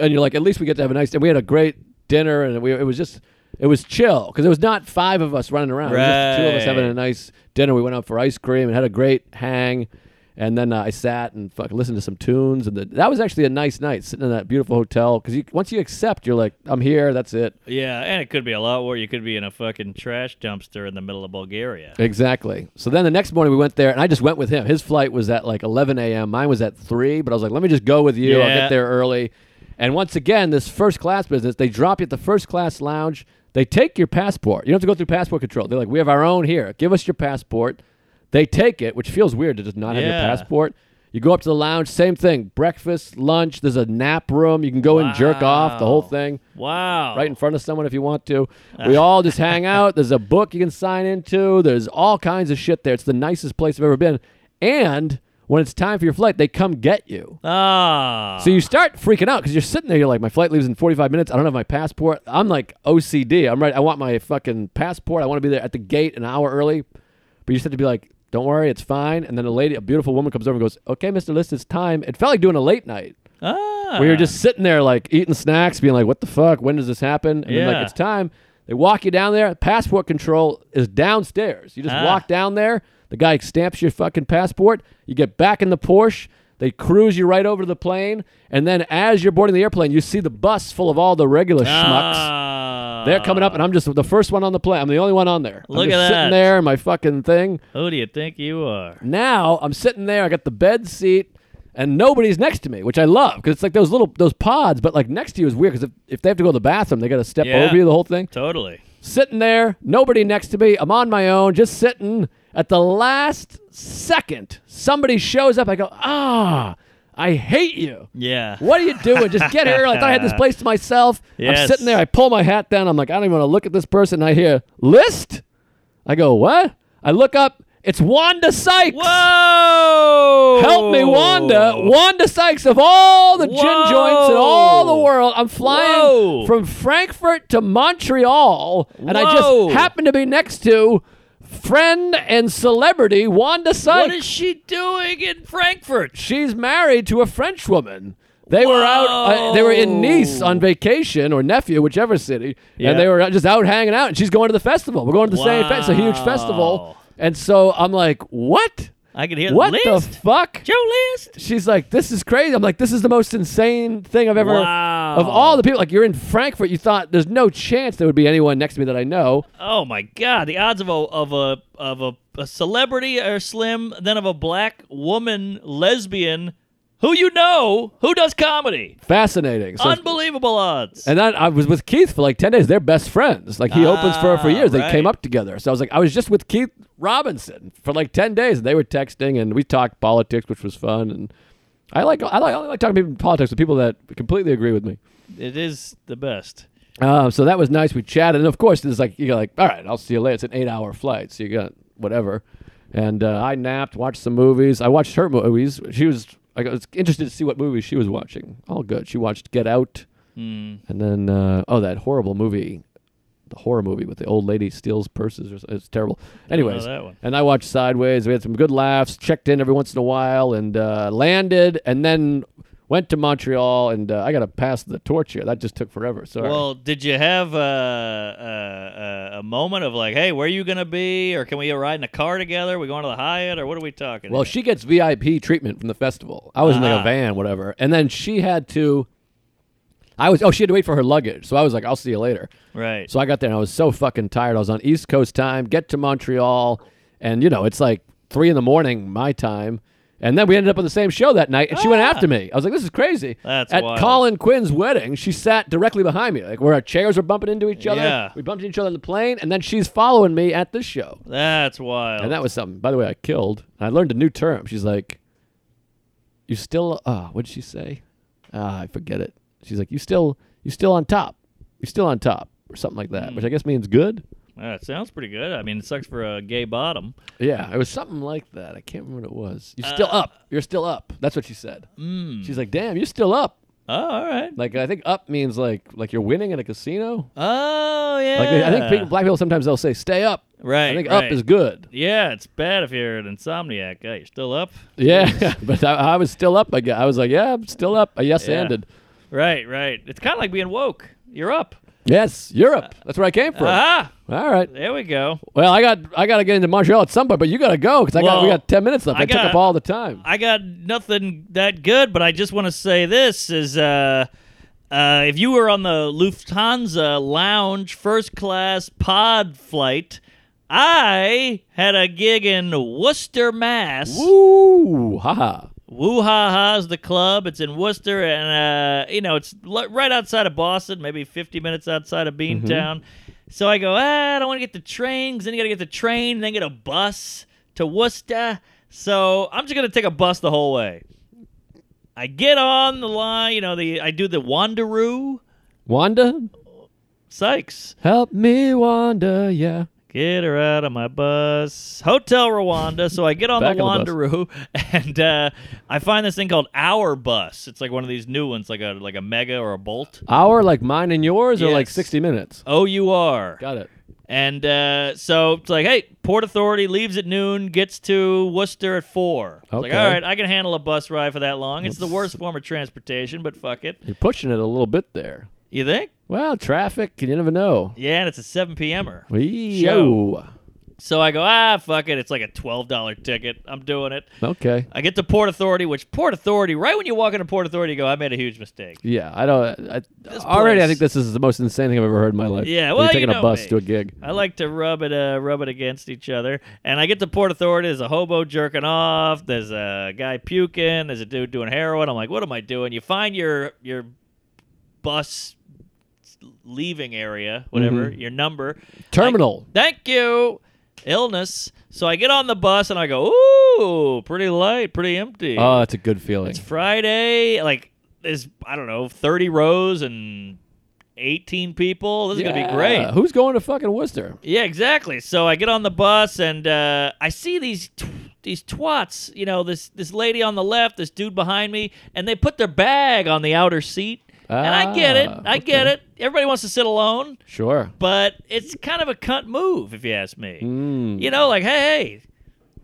Speaker 3: and you're like, at least we get to have a nice. And we had a great dinner, and we it was just it was chill because it was not five of us running around. It was just the two of us
Speaker 2: Right.
Speaker 3: having a nice dinner. We went out for ice cream and had a great hang. And then uh, I sat and fuck, listened to some tunes, and the, that was actually a nice night sitting in that beautiful hotel. Because you, once you accept, you're like, I'm here. That's it.
Speaker 2: Yeah, and it could be a lot where you could be in a fucking trash dumpster in the middle of Bulgaria.
Speaker 3: Exactly. So then the next morning we went there, and I just went with him. His flight was at like 11 a.m. Mine was at three, but I was like, let me just go with you. I'll
Speaker 2: Yeah.
Speaker 3: get there early. And once again, this first class business, they drop you at the first class lounge. They take your passport. You don't have to go through passport control. They're like, we have our own here. Give us your passport. They take it, which feels weird to just not have your
Speaker 2: Yeah.
Speaker 3: passport. You go up to the lounge, same thing. Breakfast, lunch. There's a nap room. You can go and jerk off the whole
Speaker 2: Wow.
Speaker 3: thing
Speaker 2: Wow.
Speaker 3: right in front of someone if you want to. We all just hang out. There's a book you can sign into. There's all kinds of shit there. It's the nicest place I've ever been. And when it's time for your flight, they come get you.
Speaker 2: Ah.
Speaker 3: So you start freaking out because you're sitting there. You're like, my flight leaves in 45 minutes. I don't have my passport. I'm like OCD. I'm right. I want my fucking passport. I want to be there at the gate an hour early. But you just have to be like, don't worry, it's fine. And then a lady, a beautiful woman, comes over and goes, "Okay, Mr. List, it's time." It felt like doing a late night.
Speaker 2: ah.
Speaker 3: We were just sitting there, like eating snacks, being like, "What the fuck? When does this happen?" And then like
Speaker 2: Yeah.
Speaker 3: it's time. They walk you down there. Passport control is downstairs. You just
Speaker 2: Ah.
Speaker 3: walk down there. The guy stamps your fucking passport. You get back in the Porsche. They cruise you right over to the plane, and then as you're boarding the airplane, you see the bus full of all the regular schmucks.
Speaker 2: Ah.
Speaker 3: They're coming up, and I'm just the first one on the plane. I'm the only one on there.
Speaker 2: Look
Speaker 3: I'm
Speaker 2: at
Speaker 3: just
Speaker 2: that.
Speaker 3: sitting there in my fucking thing.
Speaker 2: Who do you think you are?
Speaker 3: Now I'm sitting there. I got the bed seat, and nobody's next to me, which I love because it's like those little those pods. But like next to you is weird because if, if they have to go to the bathroom, they got to step
Speaker 2: Yeah.
Speaker 3: over you the whole thing.
Speaker 2: Totally.
Speaker 3: Sitting there, nobody next to me. I'm on my own, just sitting. At the last second, somebody shows up. I go, ah, I hate you.
Speaker 2: Yeah.
Speaker 3: What are you doing? Just get here. I thought I had this place to myself. I'm
Speaker 2: Yes.
Speaker 3: sitting there. I pull my hat down. I'm like, I don't even want to look at this person. I hear list. I go, what? I look up. It's Wanda Sykes.
Speaker 2: Whoa!
Speaker 3: Help me, Wanda. Wanda Sykes of all the gin
Speaker 2: Whoa.
Speaker 3: joints in all the world. I'm flying
Speaker 2: Whoa.
Speaker 3: from Frankfurt to Montreal, and I
Speaker 2: Whoa.
Speaker 3: just happen to be next to friend and celebrity Wanda Sykes.
Speaker 2: What is she doing in Frankfurt?
Speaker 3: She's married to a French woman. They were out. Uh, they were in Nice on vacation or nephew, whichever city,
Speaker 2: Yeah.
Speaker 3: and they were just out hanging out. And she's going to the festival. We're going to the same. Fe- it's a huge festival.
Speaker 2: Wow.
Speaker 3: And so I'm like, what?
Speaker 2: I can hear
Speaker 3: What
Speaker 2: the
Speaker 3: the
Speaker 2: list.
Speaker 3: fuck?
Speaker 2: Joe List.
Speaker 3: she's like, "This is crazy." I'm like, "This is the most insane thing I've ever."
Speaker 2: Wow.
Speaker 3: Of all the people, like you're in Frankfurt, you thought there's no chance there would be anyone next to me that I know.
Speaker 2: Oh my God! The odds of a of a of a, a celebrity are slim, then of a black woman lesbian who you know who does comedy.
Speaker 3: Fascinating. So,
Speaker 2: Unbelievable odds.
Speaker 3: and then I was with Keith for like ten days. They're best friends. Like he opens for her for
Speaker 2: Ah,
Speaker 3: years. They
Speaker 2: right.
Speaker 3: came up together. So I was like, I was just with Keith Robinson for like ten days, and they were texting, and we talked politics, which was fun. And I like I like, I like talking about politics with people that completely agree with me.
Speaker 2: it is the best.
Speaker 3: Um, so that was nice. We chatted, and of course, it's like you're like, all right, I'll see you later. It's an eight-hour flight, so you got whatever. And uh, I napped, watched some movies. I watched her movies. She was I was interested to see what movies she was
Speaker 2: Hmm.
Speaker 3: watching. All good. She watched Get Out, and then uh, oh, that horrible movie, the horror movie with the old lady steals purses. Or so- it's terrible. Anyways,
Speaker 2: that one.
Speaker 3: and I watched Sideways. We had some good laughs. Checked in every once in a while, and uh, landed, and then went to Montreal. And uh, I got to pass the torch here. That just took forever. Sorry.
Speaker 2: Well, did you have uh, uh, uh, a moment of like, hey, where are you going to be? Or can we ride in a car together? we going to the Hyatt? Or what are we talking
Speaker 3: Well,
Speaker 2: about?
Speaker 3: she gets VIP treatment from the festival. I was in like a
Speaker 2: Uh-huh.
Speaker 3: van, whatever, and then she had to. I was oh she had to wait for her luggage, so I was like, I'll see you later.
Speaker 2: Right.
Speaker 3: So I got there and I was so fucking tired. I was on East Coast time, get to Montreal, and you know it's like three in the morning my time. And then we ended up on the same show that night, and she went after me. I was like, "This is crazy."
Speaker 2: Ah. That's
Speaker 3: at
Speaker 2: wild.
Speaker 3: Colin Quinn's wedding. She sat directly behind me, like where our chairs were bumping into each other.
Speaker 2: Yeah.
Speaker 3: We bumped into each other on the plane, and then she's following me at this show.
Speaker 2: That's wild.
Speaker 3: And that was something. By the way, I killed. I learned a new term. She's like, "You still? Uh, what did she say? Ah, I forget it. She's like, "You still? You still on top? You still on top?" Or something like that,
Speaker 2: Hmm.
Speaker 3: which I guess means good.
Speaker 2: Uh, it sounds pretty good. I mean, it sucks for a gay bottom.
Speaker 3: Yeah, it was something like that. I can't remember what it was. You're
Speaker 2: Uh.
Speaker 3: still up. You're still up. That's what she said.
Speaker 2: Hmm.
Speaker 3: Mm. She's like, "Damn, you're still up."
Speaker 2: Oh, all right.
Speaker 3: Like I think up means like like you're winning at a casino.
Speaker 2: Oh, yeah.
Speaker 3: Like I think people, black people sometimes they'll say, "Stay up." I
Speaker 2: Right,
Speaker 3: think up
Speaker 2: right.
Speaker 3: is good.
Speaker 2: Yeah, it's bad if you're an insomniac. Yeah, you're still up.
Speaker 3: Yeah, but I, I was still up. I, gu- I was like, "Yeah, I'm still up." I yes
Speaker 2: Yeah.
Speaker 3: ended.
Speaker 2: Right, right. It's kind of like being woke. You're up.
Speaker 3: Yes, Europe.
Speaker 2: Uh,
Speaker 3: That's where I came from.
Speaker 2: Ah,
Speaker 3: All right.
Speaker 2: there we go.
Speaker 3: Well, I got I got to get into Montreal at some point, but you got to go because I got we
Speaker 2: Well,
Speaker 3: got ten minutes left. I,
Speaker 2: I
Speaker 3: took
Speaker 2: gotta-
Speaker 3: up all the time.
Speaker 2: I got nothing that good, but I just want to say this is uh, uh, if you were on the Lufthansa lounge first class pod flight, I had a gig in Worcester, Mass.
Speaker 3: Woo! Haha.
Speaker 2: Woo ha ha's the club. It's in Worcester, and uh, you know it's li- right outside of Boston, maybe 50 minutes outside of Beantown. So I go, ah, I don't want to get the train, 'cause then you got to get the train, then get a bus to Worcester. So I'm just gonna take a bus the whole way. I get on the line, you know, the I do the Wanderoo
Speaker 3: Wanda,
Speaker 2: Sykes.
Speaker 3: help me, Wanda. Yeah.
Speaker 2: Get her out of my bus. Hotel Rwanda. So I get on the
Speaker 3: Back on the
Speaker 2: Wanderoo and uh, I find this thing called Our Bus. It's like one of these new ones, like a like a Mega or a Bolt.
Speaker 3: Hour like mine and yours, or like
Speaker 2: Yes.
Speaker 3: sixty minutes.
Speaker 2: O U R.
Speaker 3: Got it.
Speaker 2: And uh, so it's like, hey, Port Authority leaves at noon, gets to Worcester at four. It's like,
Speaker 3: Okay.
Speaker 2: all right, I can handle a bus ride for that long. It's the worst form of transportation, but fuck it.
Speaker 3: You're pushing it a little bit there.
Speaker 2: You think?
Speaker 3: Well, traffic. You never know. oh.
Speaker 2: Yeah, and it's a 7 p.m.er.
Speaker 3: Yo.
Speaker 2: So I go, ah, fuck it. It's like a $12 ticket. I'm doing it.
Speaker 3: Okay.
Speaker 2: I get to Port Authority, which Port Authority, right when you walk into Port Authority, you go, I made a huge mistake.
Speaker 3: Yeah, I don't. I, already, I
Speaker 2: place-
Speaker 3: think this is the most insane thing I've ever heard in my life.
Speaker 2: Yeah,
Speaker 3: You're
Speaker 2: well, you
Speaker 3: taking a
Speaker 2: know
Speaker 3: bus
Speaker 2: me.
Speaker 3: to a gig.
Speaker 2: I like to rub it, uh, rub it against each other. And I get to Port Authority. There's a hobo jerking off. There's a guy puking. There's a dude doing heroin. I'm like, what am I doing? You find your your bus leaving area, whatever your number.
Speaker 3: Terminal.
Speaker 2: I- thank you. Illness. So I get on the bus and I go, ooh, pretty light, pretty empty.
Speaker 3: Oh, that's a good feeling.
Speaker 2: It's Friday. Like there's I don't know, thirty rows and eighteen people. This is gonna be great.
Speaker 3: Who's going to fucking Worcester?
Speaker 2: Yeah, exactly. So I get on the bus and uh, I see these tw- these twats. You know, this this lady on the left, this dude behind me, and they put their bag on the outer seat. and I get it.
Speaker 3: Ah,
Speaker 2: I get it. Everybody wants to sit alone,
Speaker 3: Sure.
Speaker 2: but it's kind of a cunt move, if you ask me.
Speaker 3: Mm.
Speaker 2: You know, like, hey, hey,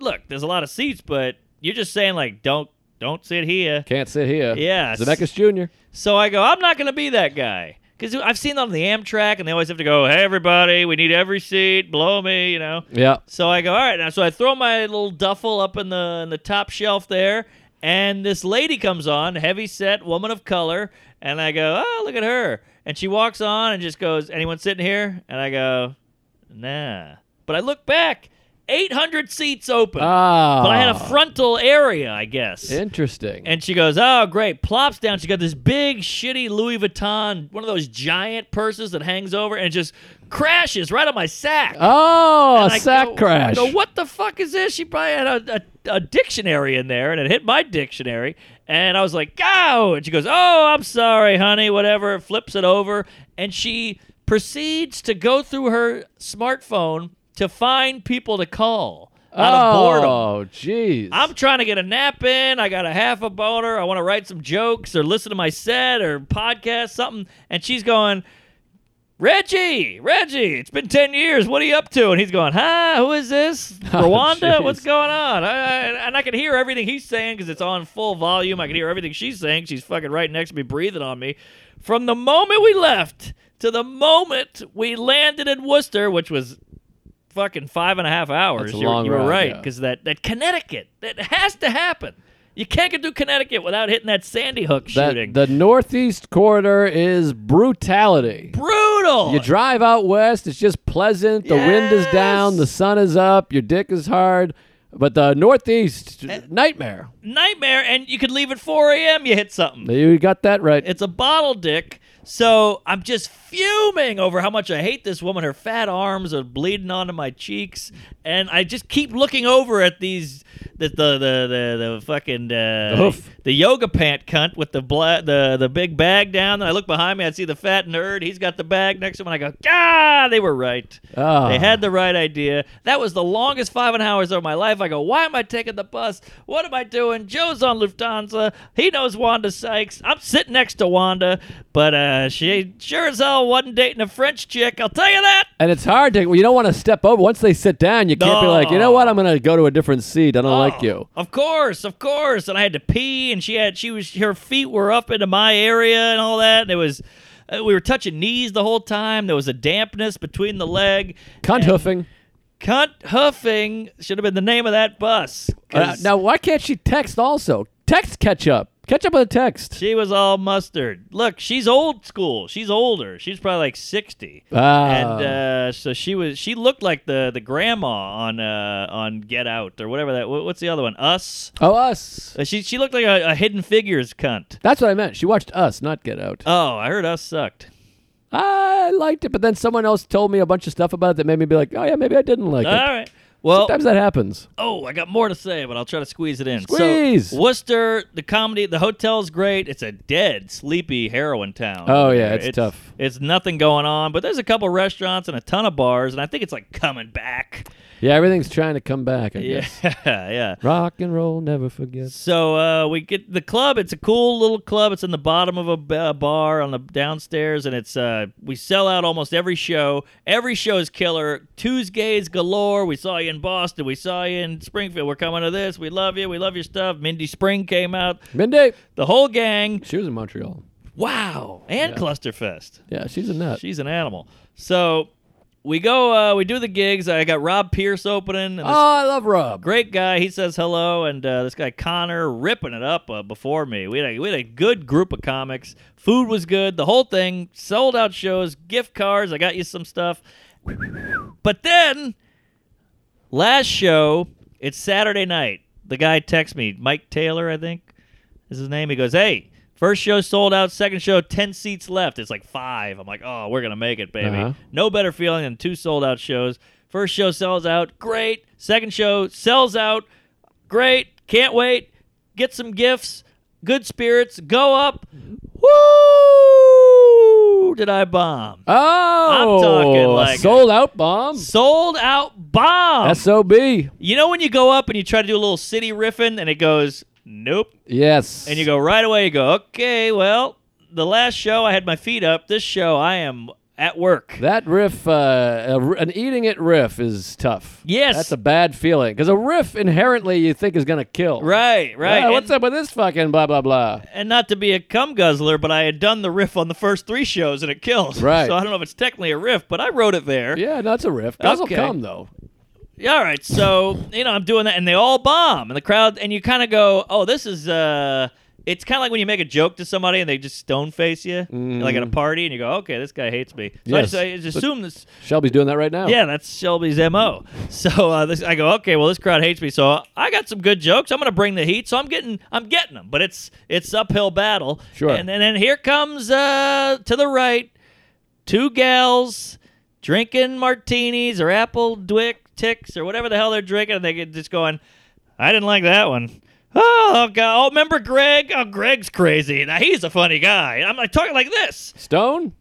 Speaker 2: look, there's a lot of seats, but you're just saying like, don't don't sit here.
Speaker 3: Can't sit here.
Speaker 2: Yeah, s-
Speaker 3: Zemeckis Jr.
Speaker 2: So I go, I'm not going to be that guy. Because I've seen them on the Amtrak, and they always have to go, hey, everybody, we need every seat, blow me, you know.
Speaker 3: Yeah.
Speaker 2: So I go, all right. Now, so I throw my little duffel up in the in the top shelf there, and this lady comes on, heavy set woman of color, and I go, oh, look at her. And she walks on and just goes, anyone sitting here? And I go, nah. But I look back, 800 seats open.
Speaker 3: Ah.
Speaker 2: But I had a frontal area, I guess.
Speaker 3: Interesting.
Speaker 2: And she goes, "Oh, great!" Plops down. She got this big, shitty Louis Vuitton, one of those giant purses that hangs over, and just crashes right on my sack.
Speaker 3: oh,
Speaker 2: And
Speaker 3: a
Speaker 2: I
Speaker 3: sack
Speaker 2: go- I
Speaker 3: crash.
Speaker 2: go, what the fuck is this? She probably had a, a, a dictionary in there, and it hit my dictionary. And I was like, "Go!" And she goes, "Oh, I'm sorry, honey. Whatever." Flips it over, and she proceeds to go through her smartphone to find people to call out of boredom.
Speaker 3: Oh, jeez.
Speaker 2: I'm trying to get a nap in. I got a half a boner. I want to write some jokes or listen to my set or podcast, something. And she's going, Reggie, Reggie, it's been 10 years. What are you up to? And he's going, huh? Who is this? Rwanda?
Speaker 3: Oh, jeez.
Speaker 2: What's going on? I, I, and I can hear everything he's saying because it's on full volume. I can hear everything she's saying. She's fucking right next to me, breathing on me. From the moment we left to the moment we landed in Worcester, which was fucking five and a half hours.
Speaker 3: That's a
Speaker 2: you were-
Speaker 3: long
Speaker 2: you were
Speaker 3: ride,
Speaker 2: right
Speaker 3: yeah.
Speaker 2: because that, that Connecticut, that has to happen. You can't get through Connecticut without hitting that Sandy Hook shooting.
Speaker 3: That, the Northeast Corridor is brutality.
Speaker 2: Brutal.
Speaker 3: You drive out west, it's just pleasant. The wind is down,
Speaker 2: Yes.
Speaker 3: the sun is up, your dick is hard. But the Northeast, nightmare.
Speaker 2: nightmare, and you could leave at 4 a.m. You hit something.
Speaker 3: You got that right.
Speaker 2: It's a bottle dick. So I'm just fuming over how much I hate this woman. Her fat arms are bleeding onto my cheeks, and I just keep looking over at these the the the the, the fucking uh,
Speaker 3: The hoof.
Speaker 2: the yoga pant cunt with the bla- the the big bag down. And I look behind me, I see the fat nerd. He's got the bag next to him, and I go, God, they were right.
Speaker 3: Ah.
Speaker 2: They had the right idea. That was the longest five and a half hours of my life. I go, why am I taking the bus? What am I doing? Joe's on Lufthansa. He knows Wanda Sykes. I'm sitting next to Wanda, but uh, she sure as hell wasn't dating a French chick. I'll tell you that.
Speaker 3: And it's hard to, you don't want to step over. Once they sit down, you can't be like, you know what, I'm going to go to a different seat. I
Speaker 2: Oh.
Speaker 3: don't like you.
Speaker 2: Of course, of course. And I had to pee, and she had she was her feet were up into my area and all that. And it was. uh, We were touching knees the whole time. There was a dampness between the leg.
Speaker 3: Cunt hoofing.
Speaker 2: Cunt huffing should have been the name of that bus. 'cause-
Speaker 3: Uh, now, why can't she text also? Text catch up. Catch up with a text.
Speaker 2: She was all mustard. Look, she's old school. She's older. She's probably like sixty.
Speaker 3: Ah.
Speaker 2: and uh, so she was. She looked like the the grandma on uh, on Get Out or whatever that. what- What's the other one? Us.
Speaker 3: Oh, us.
Speaker 2: Uh, She she looked like a, a Hidden Figures cunt.
Speaker 3: That's what I meant. She watched us, not Get Out.
Speaker 2: Oh, I heard Us sucked.
Speaker 3: I liked it, but then someone else told me a bunch of stuff about it that made me be like, oh, yeah, maybe I didn't like
Speaker 2: All
Speaker 3: it.
Speaker 2: right. Uh, Well,
Speaker 3: Sometimes that happens.
Speaker 2: oh, I got more to say, but I'll try to squeeze it in.
Speaker 3: Squeeze.
Speaker 2: So, Worcester, the comedy, the hotel's great. It's a dead, sleepy heroin town.
Speaker 3: Oh, yeah,
Speaker 2: There.
Speaker 3: it's tough.
Speaker 2: It's nothing going on, but there's a couple restaurants and a ton of bars, and I think it's like coming back.
Speaker 3: Yeah, everything's trying to come back, I
Speaker 2: Yeah,
Speaker 3: guess.
Speaker 2: yeah.
Speaker 3: Rock and roll never forgets.
Speaker 2: So uh, we get the club. It's a cool little club. It's in the bottom of a b- a bar on the downstairs, and it's uh, we sell out almost every show. Every show is killer. Tuesdays galore. We saw you in Boston. We saw you in Springfield. We're coming to this. We love you. We love your stuff. Mindy Spring came out.
Speaker 3: Mindy,
Speaker 2: The whole gang.
Speaker 3: she was in Montreal.
Speaker 2: Wow. And Clusterfest.
Speaker 3: Yeah, she's a nut.
Speaker 2: She's an animal. So we go. Uh, we do the gigs. I got Rob Pierce opening. And this
Speaker 3: oh, I love Rob.
Speaker 2: Great guy. He says hello, and uh, this guy Connor ripping it up uh, before me. We had, a, we had a good group of comics. Food was good. The whole thing sold out shows, gift cards. I got you some stuff. But then last show, it's Saturday night. The guy texts me, Mike Taylor, I think is his name. He goes, "Hey, first show sold out. Second show, ten seats left. It's like five. I'm like, oh, we're gonna make it, baby.
Speaker 3: Uh-huh.
Speaker 2: No better feeling than two sold out shows. First show sells out, great. Second show sells out, great. Can't wait. Get some gifts. Good spirits. Go up. Woo! Did I bomb?
Speaker 3: Oh,
Speaker 2: I'm talking
Speaker 3: a
Speaker 2: like-
Speaker 3: sold out bomb.
Speaker 2: Sold out bomb.
Speaker 3: Sob.
Speaker 2: you know when you go up and you try to do a little city riffing and it goes, nope.
Speaker 3: Yes.
Speaker 2: And you go right away, you go, okay, well, the last show I had my feet up. This show I am at work.
Speaker 3: That riff, uh, a r an eating it riff, is tough.
Speaker 2: Yes.
Speaker 3: that's a bad feeling because a riff inherently you think is gonna kill.
Speaker 2: right, right.
Speaker 3: Yeah,
Speaker 2: and,
Speaker 3: what's up with this fucking blah blah blah?
Speaker 2: and not to be a cum guzzler, but I had done the riff on the first three shows and it kills.
Speaker 3: Right.
Speaker 2: So I don't know if it's technically a riff, but I wrote it there.
Speaker 3: Yeah, no, it's a riff. Guys
Speaker 2: Okay.
Speaker 3: will come though.
Speaker 2: Yeah, all right so you know i'm doing that and they all bomb and the crowd and you kind of go oh this is uh it's kind of like when you make a joke to somebody and they just stone face you like at a party and you go okay this guy hates me so
Speaker 3: Mm.
Speaker 2: I,
Speaker 3: Yes.
Speaker 2: just, I just
Speaker 3: But-
Speaker 2: assume this
Speaker 3: Shelby's doing that right now.
Speaker 2: yeah that's shelby's mo so uh, this, i go okay well this crowd hates me so i got some good jokes i'm gonna bring the heat so i'm getting i'm getting them but it's it's uphill battle
Speaker 3: Sure.
Speaker 2: and then and here comes uh to the right two gals drinking martinis or apple dwick ticks or whatever the hell they're drinking, and they get just going, I didn't like that one. Oh god! Oh, remember Greg? Oh, Greg's crazy. Now he's a funny guy. I'm like talking like this.
Speaker 3: Stone.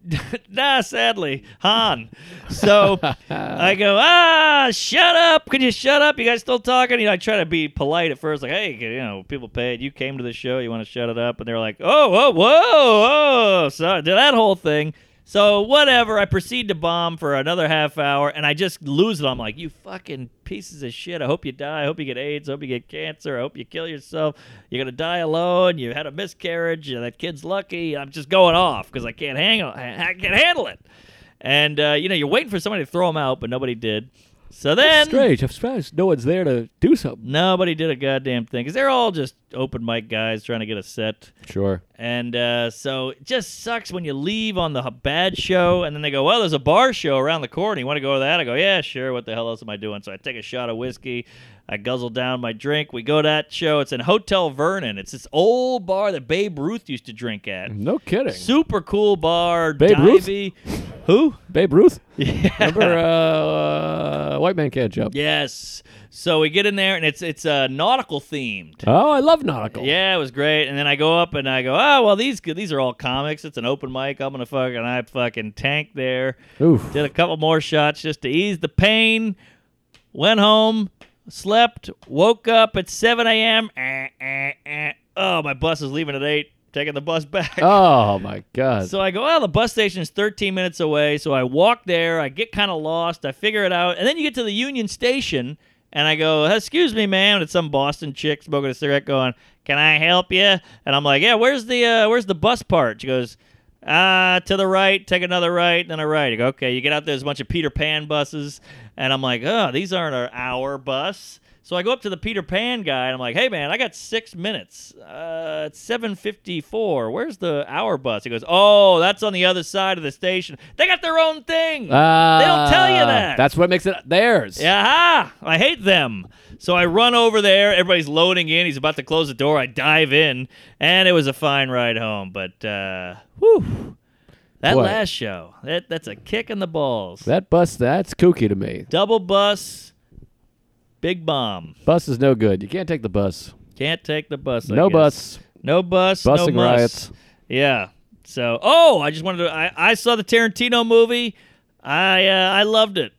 Speaker 2: nah, sadly, Han. So I go, ah, shut up. Could you shut up? You guys still talking? You know, I try to be polite at first, like, hey, you know, people paid. You came to the show. You want to shut it up? And they're like, oh, whoa, whoa, whoa. So I did that whole thing. So whatever, I proceed to bomb for another half hour, and I just lose it. I'm like, you fucking pieces of shit. I hope you die. I hope you get AIDS. I hope you get cancer. I hope you kill yourself. You're gonna die alone. You had a miscarriage. and That kid's lucky. I'm just going off because I can't hang. On, I I can't handle it. And uh, you know, you're waiting for somebody to throw him out, but nobody did. So then,
Speaker 3: Strange. I'm surprised no one's there to do something.
Speaker 2: nobody did a goddamn thing because they're all just open mic guys trying to get a set.
Speaker 3: Sure.
Speaker 2: And uh, so it just sucks when you leave on the h- bad show, and then they go, "Well, there's a bar show around the corner. You want to go to that?" I go, "Yeah, sure. What the hell else am I doing?" So I take a shot of whiskey, I guzzle down my drink. We go to that show. It's in Hotel Vernon. It's this old bar that Babe Ruth used to drink at.
Speaker 3: No kidding.
Speaker 2: Super cool bar.
Speaker 3: Mm. Babe Ruth?
Speaker 2: divey. Who?
Speaker 3: Babe Ruth.
Speaker 2: Yeah.
Speaker 3: Remember, uh, White Man Can't Jump.
Speaker 2: Yes. So we get in there, and it's it's uh, nautical themed.
Speaker 3: Oh, I love nautical.
Speaker 2: Yeah, it was great. And then I go up and I go, oh well, these these are all comics. It's an open mic. I'm gonna fucking I fucking tank there.
Speaker 3: Oof.
Speaker 2: Did a couple more shots just to ease the pain. Went home, slept, woke up at 7 a.m. Eh, eh, eh. Oh, my bus is leaving at eight. Taking the bus back.
Speaker 3: Oh my God.
Speaker 2: So I go, oh, the bus station is 13 minutes away. So I walk there. I get kind of lost. I figure it out. And then you get to the Union Station, and I go, excuse me, ma'am. And it's some Boston chick smoking a cigarette going, can I help you? And I'm like, yeah, where's the, uh, where's the bus part? She goes, uh, to the right, take another right, then a right. I go, okay, you get out there, there's a bunch of Peter Pan buses. And I'm like, oh, these aren't our hour bus. So I go up to the Peter Pan guy and I'm like, "Hey man, I got six minutes. Uh, it's seven fifty-four. Where's the hour bus?" He goes, "Oh, that's on the other side of the station. They got their own thing.
Speaker 3: Ah,
Speaker 2: they don't tell you that.
Speaker 3: That's what makes it theirs.
Speaker 2: yeah, I hate them." So I run over there. Everybody's loading in. He's about to close the door. I dive in, and it was a fine ride home. But uh, whew, that
Speaker 3: Boy.
Speaker 2: last show, that that's a kick in the balls.
Speaker 3: That bus, that's kooky to me.
Speaker 2: Double bus, big bomb.
Speaker 3: Bus is no good. You can't take the bus.
Speaker 2: Can't take the bus. I
Speaker 3: no
Speaker 2: guess.
Speaker 3: bus.
Speaker 2: No bus. no
Speaker 3: Busing
Speaker 2: bus.
Speaker 3: riots.
Speaker 2: Yeah. So, oh, I just wanted to. I, I saw the Tarantino movie. I uh, I loved it.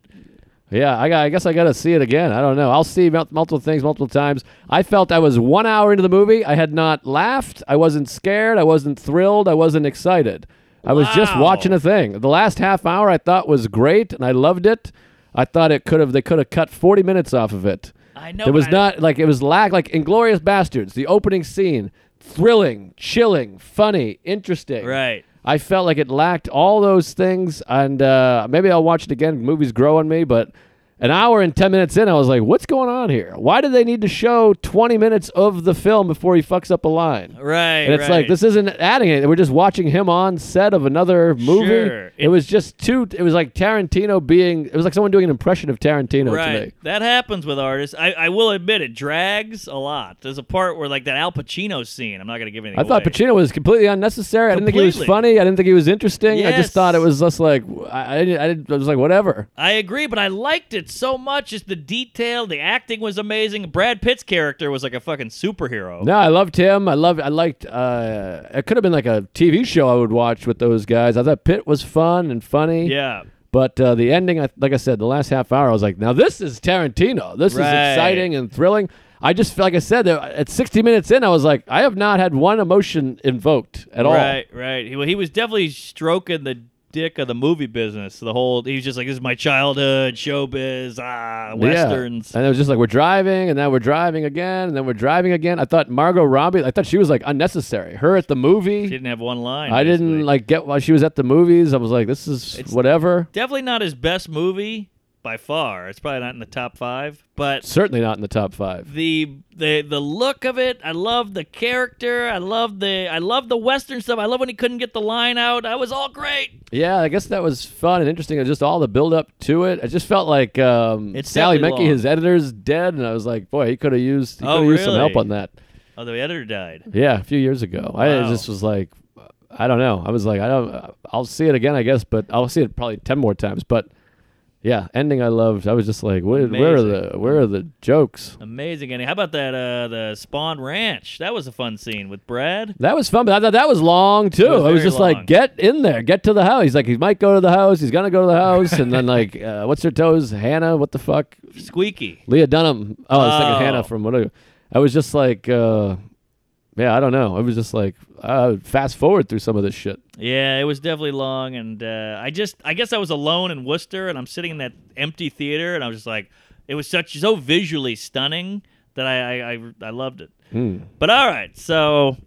Speaker 3: Yeah, I, got, I guess I got to see it again. I don't know. I'll see mul- multiple things multiple times. I felt I was one hour into the movie. I had not laughed. I wasn't scared. I wasn't thrilled. I wasn't excited. I was just
Speaker 2: Wow.
Speaker 3: watching a thing. The last half hour I thought was great, and I loved it. I thought it could have. They could have cut forty minutes off of it.
Speaker 2: I know.
Speaker 3: There was
Speaker 2: but I-
Speaker 3: not like it was lack like Inglorious Bastards. The opening scene, thrilling, chilling, funny, interesting.
Speaker 2: right.
Speaker 3: I felt like it lacked all those things, and uh, maybe I'll watch it again. Movies grow on me, but an hour and ten minutes in, I was like, "What's going on here? Why do they need to show twenty minutes of the film before he fucks up a line?"
Speaker 2: Right.
Speaker 3: And it's like
Speaker 2: right.
Speaker 3: this isn't adding it. We're just watching him on set of another movie.
Speaker 2: Sure.
Speaker 3: It, was just too. It was like Tarantino being. It was like someone doing an impression of Tarantino to me.
Speaker 2: Right. That happens with artists. I, I will admit it drags a lot. There's a part where like that Al Pacino scene. I'm not gonna give anything.
Speaker 3: I thought
Speaker 2: away.
Speaker 3: Pacino was completely unnecessary. I didn't think he was
Speaker 2: Completely.
Speaker 3: funny. I didn't think he was interesting. I
Speaker 2: Yes.
Speaker 3: just thought it was just like I, I, didn't- I, didn't- I was like whatever.
Speaker 2: I agree, but I liked it so much. Just the detail, the acting was amazing. Brad Pitt's character was like a fucking superhero.
Speaker 3: No, I loved him. I loved. I liked. Uh, it could have been like a TV show I would watch with those guys. I thought Pitt was fun and funny.
Speaker 2: Yeah.
Speaker 3: But uh, the ending, I- like I said, the last half hour, I was like, now this is Tarantino. This is
Speaker 2: Right.
Speaker 3: exciting and thrilling. I just feel like I said that at 60 minutes in, I was like, I have not had one emotion invoked at all.
Speaker 2: Right, right. He, well, he was definitely stroking the dick of the movie business. The whole he was just like, "This is my childhood, showbiz, ah, westerns."
Speaker 3: Yeah. And it was just like we're driving, and then we're driving again, and then we're driving again. I thought Margot Robbie, I thought she was like unnecessary. Her at the
Speaker 2: She
Speaker 3: movie,
Speaker 2: didn't have one line.
Speaker 3: I didn't
Speaker 2: basically.
Speaker 3: like get why she was at the movies. I was like, this is
Speaker 2: It's-
Speaker 3: whatever.
Speaker 2: Definitely not his best movie by far. It's probably not in the top five, but
Speaker 3: Certainly not in the top five.
Speaker 2: the the the look of it. I love the character. I love the I love the western stuff. I love when he couldn't get the line out. That was all great.
Speaker 3: Yeah, I guess that was fun and interesting. and Just all the build up to it. I just felt like um,
Speaker 2: It's
Speaker 3: Sally
Speaker 2: definitely
Speaker 3: Menke,
Speaker 2: long.
Speaker 3: his editor's dead, and I was like, boy, he could have used, he
Speaker 2: Oh,
Speaker 3: coulda used some help
Speaker 2: really?
Speaker 3: on that.
Speaker 2: Oh, the editor died.
Speaker 3: Yeah, a few years ago. I
Speaker 2: Wow.
Speaker 3: just was like, I don't know. I was like, I don't. I'll see it again, I guess, but I'll see it probably ten more times. But yeah, ending I loved. I was just like, where, where are
Speaker 2: Amazing.
Speaker 3: the where are the jokes?
Speaker 2: Amazing. And how about that? Uh, the Spawn Ranch. That was a fun scene with Brad.
Speaker 3: That was fun, but I thought that was long too.
Speaker 2: was
Speaker 3: I was
Speaker 2: very
Speaker 3: just
Speaker 2: long.
Speaker 3: like, get in there, get to the house. He's like, he might go to the house. He's gonna go to the house, and then like, uh, what's her toes? Hannah, what the fuck?
Speaker 2: Squeaky.
Speaker 3: Leah Dunham. Oh, I was thinking
Speaker 2: Oh.
Speaker 3: Hannah from what? I was just like, uh, Yeah, I don't know. It was just like uh, fast forward through some of this shit.
Speaker 2: Yeah, it was definitely long, and uh, I just I guess I was alone in Worcester, and I'm sitting in that empty theater, and I was just like, it was such so visually stunning that I I, I, I loved it.
Speaker 3: Hmm.
Speaker 2: But all right, so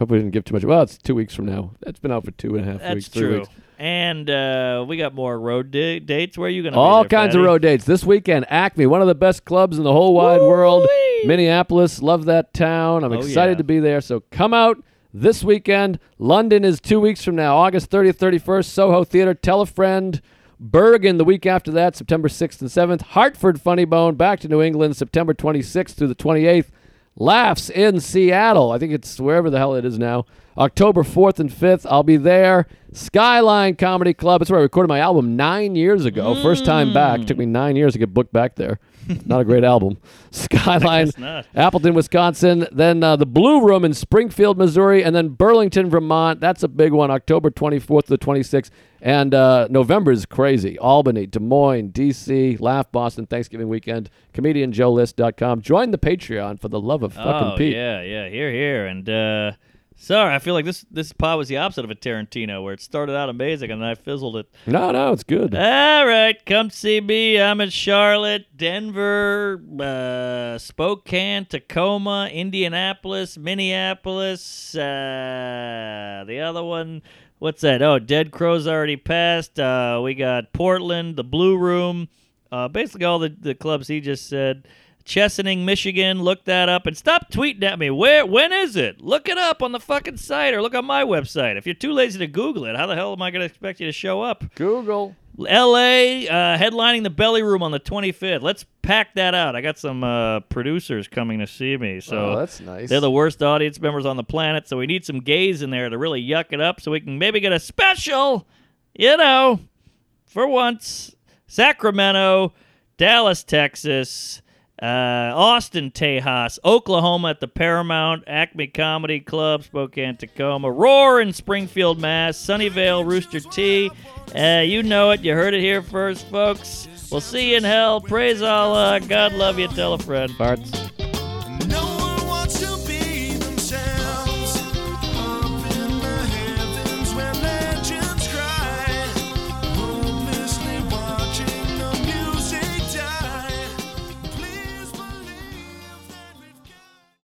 Speaker 3: Hope we didn't give too much. Well, it's two weeks from now. That's been out for two and a half
Speaker 2: that's
Speaker 3: weeks, three
Speaker 2: true.
Speaker 3: weeks.
Speaker 2: And uh, we got more road di- dates. Where are you gonna? be
Speaker 3: All
Speaker 2: there,
Speaker 3: kinds of
Speaker 2: Fatty?
Speaker 3: road dates this weekend. Acme, one of the best clubs in the whole wide world.
Speaker 2: Woo-wee.
Speaker 3: Minneapolis, love that town. I'm
Speaker 2: Oh,
Speaker 3: excited
Speaker 2: yeah.
Speaker 3: to be there. So come out this weekend. London is two weeks from now, August 30th, 31st. Soho Theater. Tell a friend. Bergen the week after that, September 6th and 7th. Hartford Funny Bone back to New England, September 26th through the 28th. Laughs in Seattle. I think it's wherever the hell it is now. October 4th and 5th. I'll be there. Skyline Comedy Club. It's where I recorded my album nine years ago. First time back. Took me nine years to get booked back there. Not a great album. Skyline,
Speaker 2: not.
Speaker 3: Appleton, Wisconsin. Then uh, the Blue Room in Springfield, Missouri. And then Burlington, Vermont. That's a big one. October 24th to the 26th. And uh, November is crazy. Albany, Des Moines, D.C., Laugh Boston, Thanksgiving weekend. ComedianJoeList.com. Join the Patreon for the love of fucking
Speaker 2: oh,
Speaker 3: Pete.
Speaker 2: Yeah, yeah, here, here, and uh, sorry, I feel like this this pod was the opposite of a Tarantino, where it started out amazing and then I fizzled it.
Speaker 3: No, no, it's good.
Speaker 2: All right, come see me. I'm in Charlotte, Denver, uh, Spokane, Tacoma, Indianapolis, Minneapolis. Uh, the other one, what's that? Oh, Dead Crow's already passed. Uh, we got Portland, the Blue Room, uh, basically all the, the clubs he just said. Chesaning, Michigan. Look that up and stop tweeting at me. Where? When is it? Look it up on the fucking site or look on my website. If you're too lazy to Google it, how the hell am I going to expect you to show up?
Speaker 3: Google.
Speaker 2: L.A. Uh, headlining the Belly Room on the 25th. Let's pack that out. I got some uh, producers coming to see me, so
Speaker 3: oh, that's nice.
Speaker 2: they're the worst audience members on the planet. So we need some gays in there to really yuck it up, so we can maybe get a special. You know, for once, Sacramento, Dallas, Texas, uh, Austin, Tejas, Oklahoma at the Paramount, Acme Comedy Club, Spokane, Tacoma, Roar in Springfield, Mass, Sunnyvale, Rooster T. Uh, you know it. You heard it here first, folks. We'll see you in hell. Praise Allah. God love you. Tell a friend. Parts.
Speaker 1: No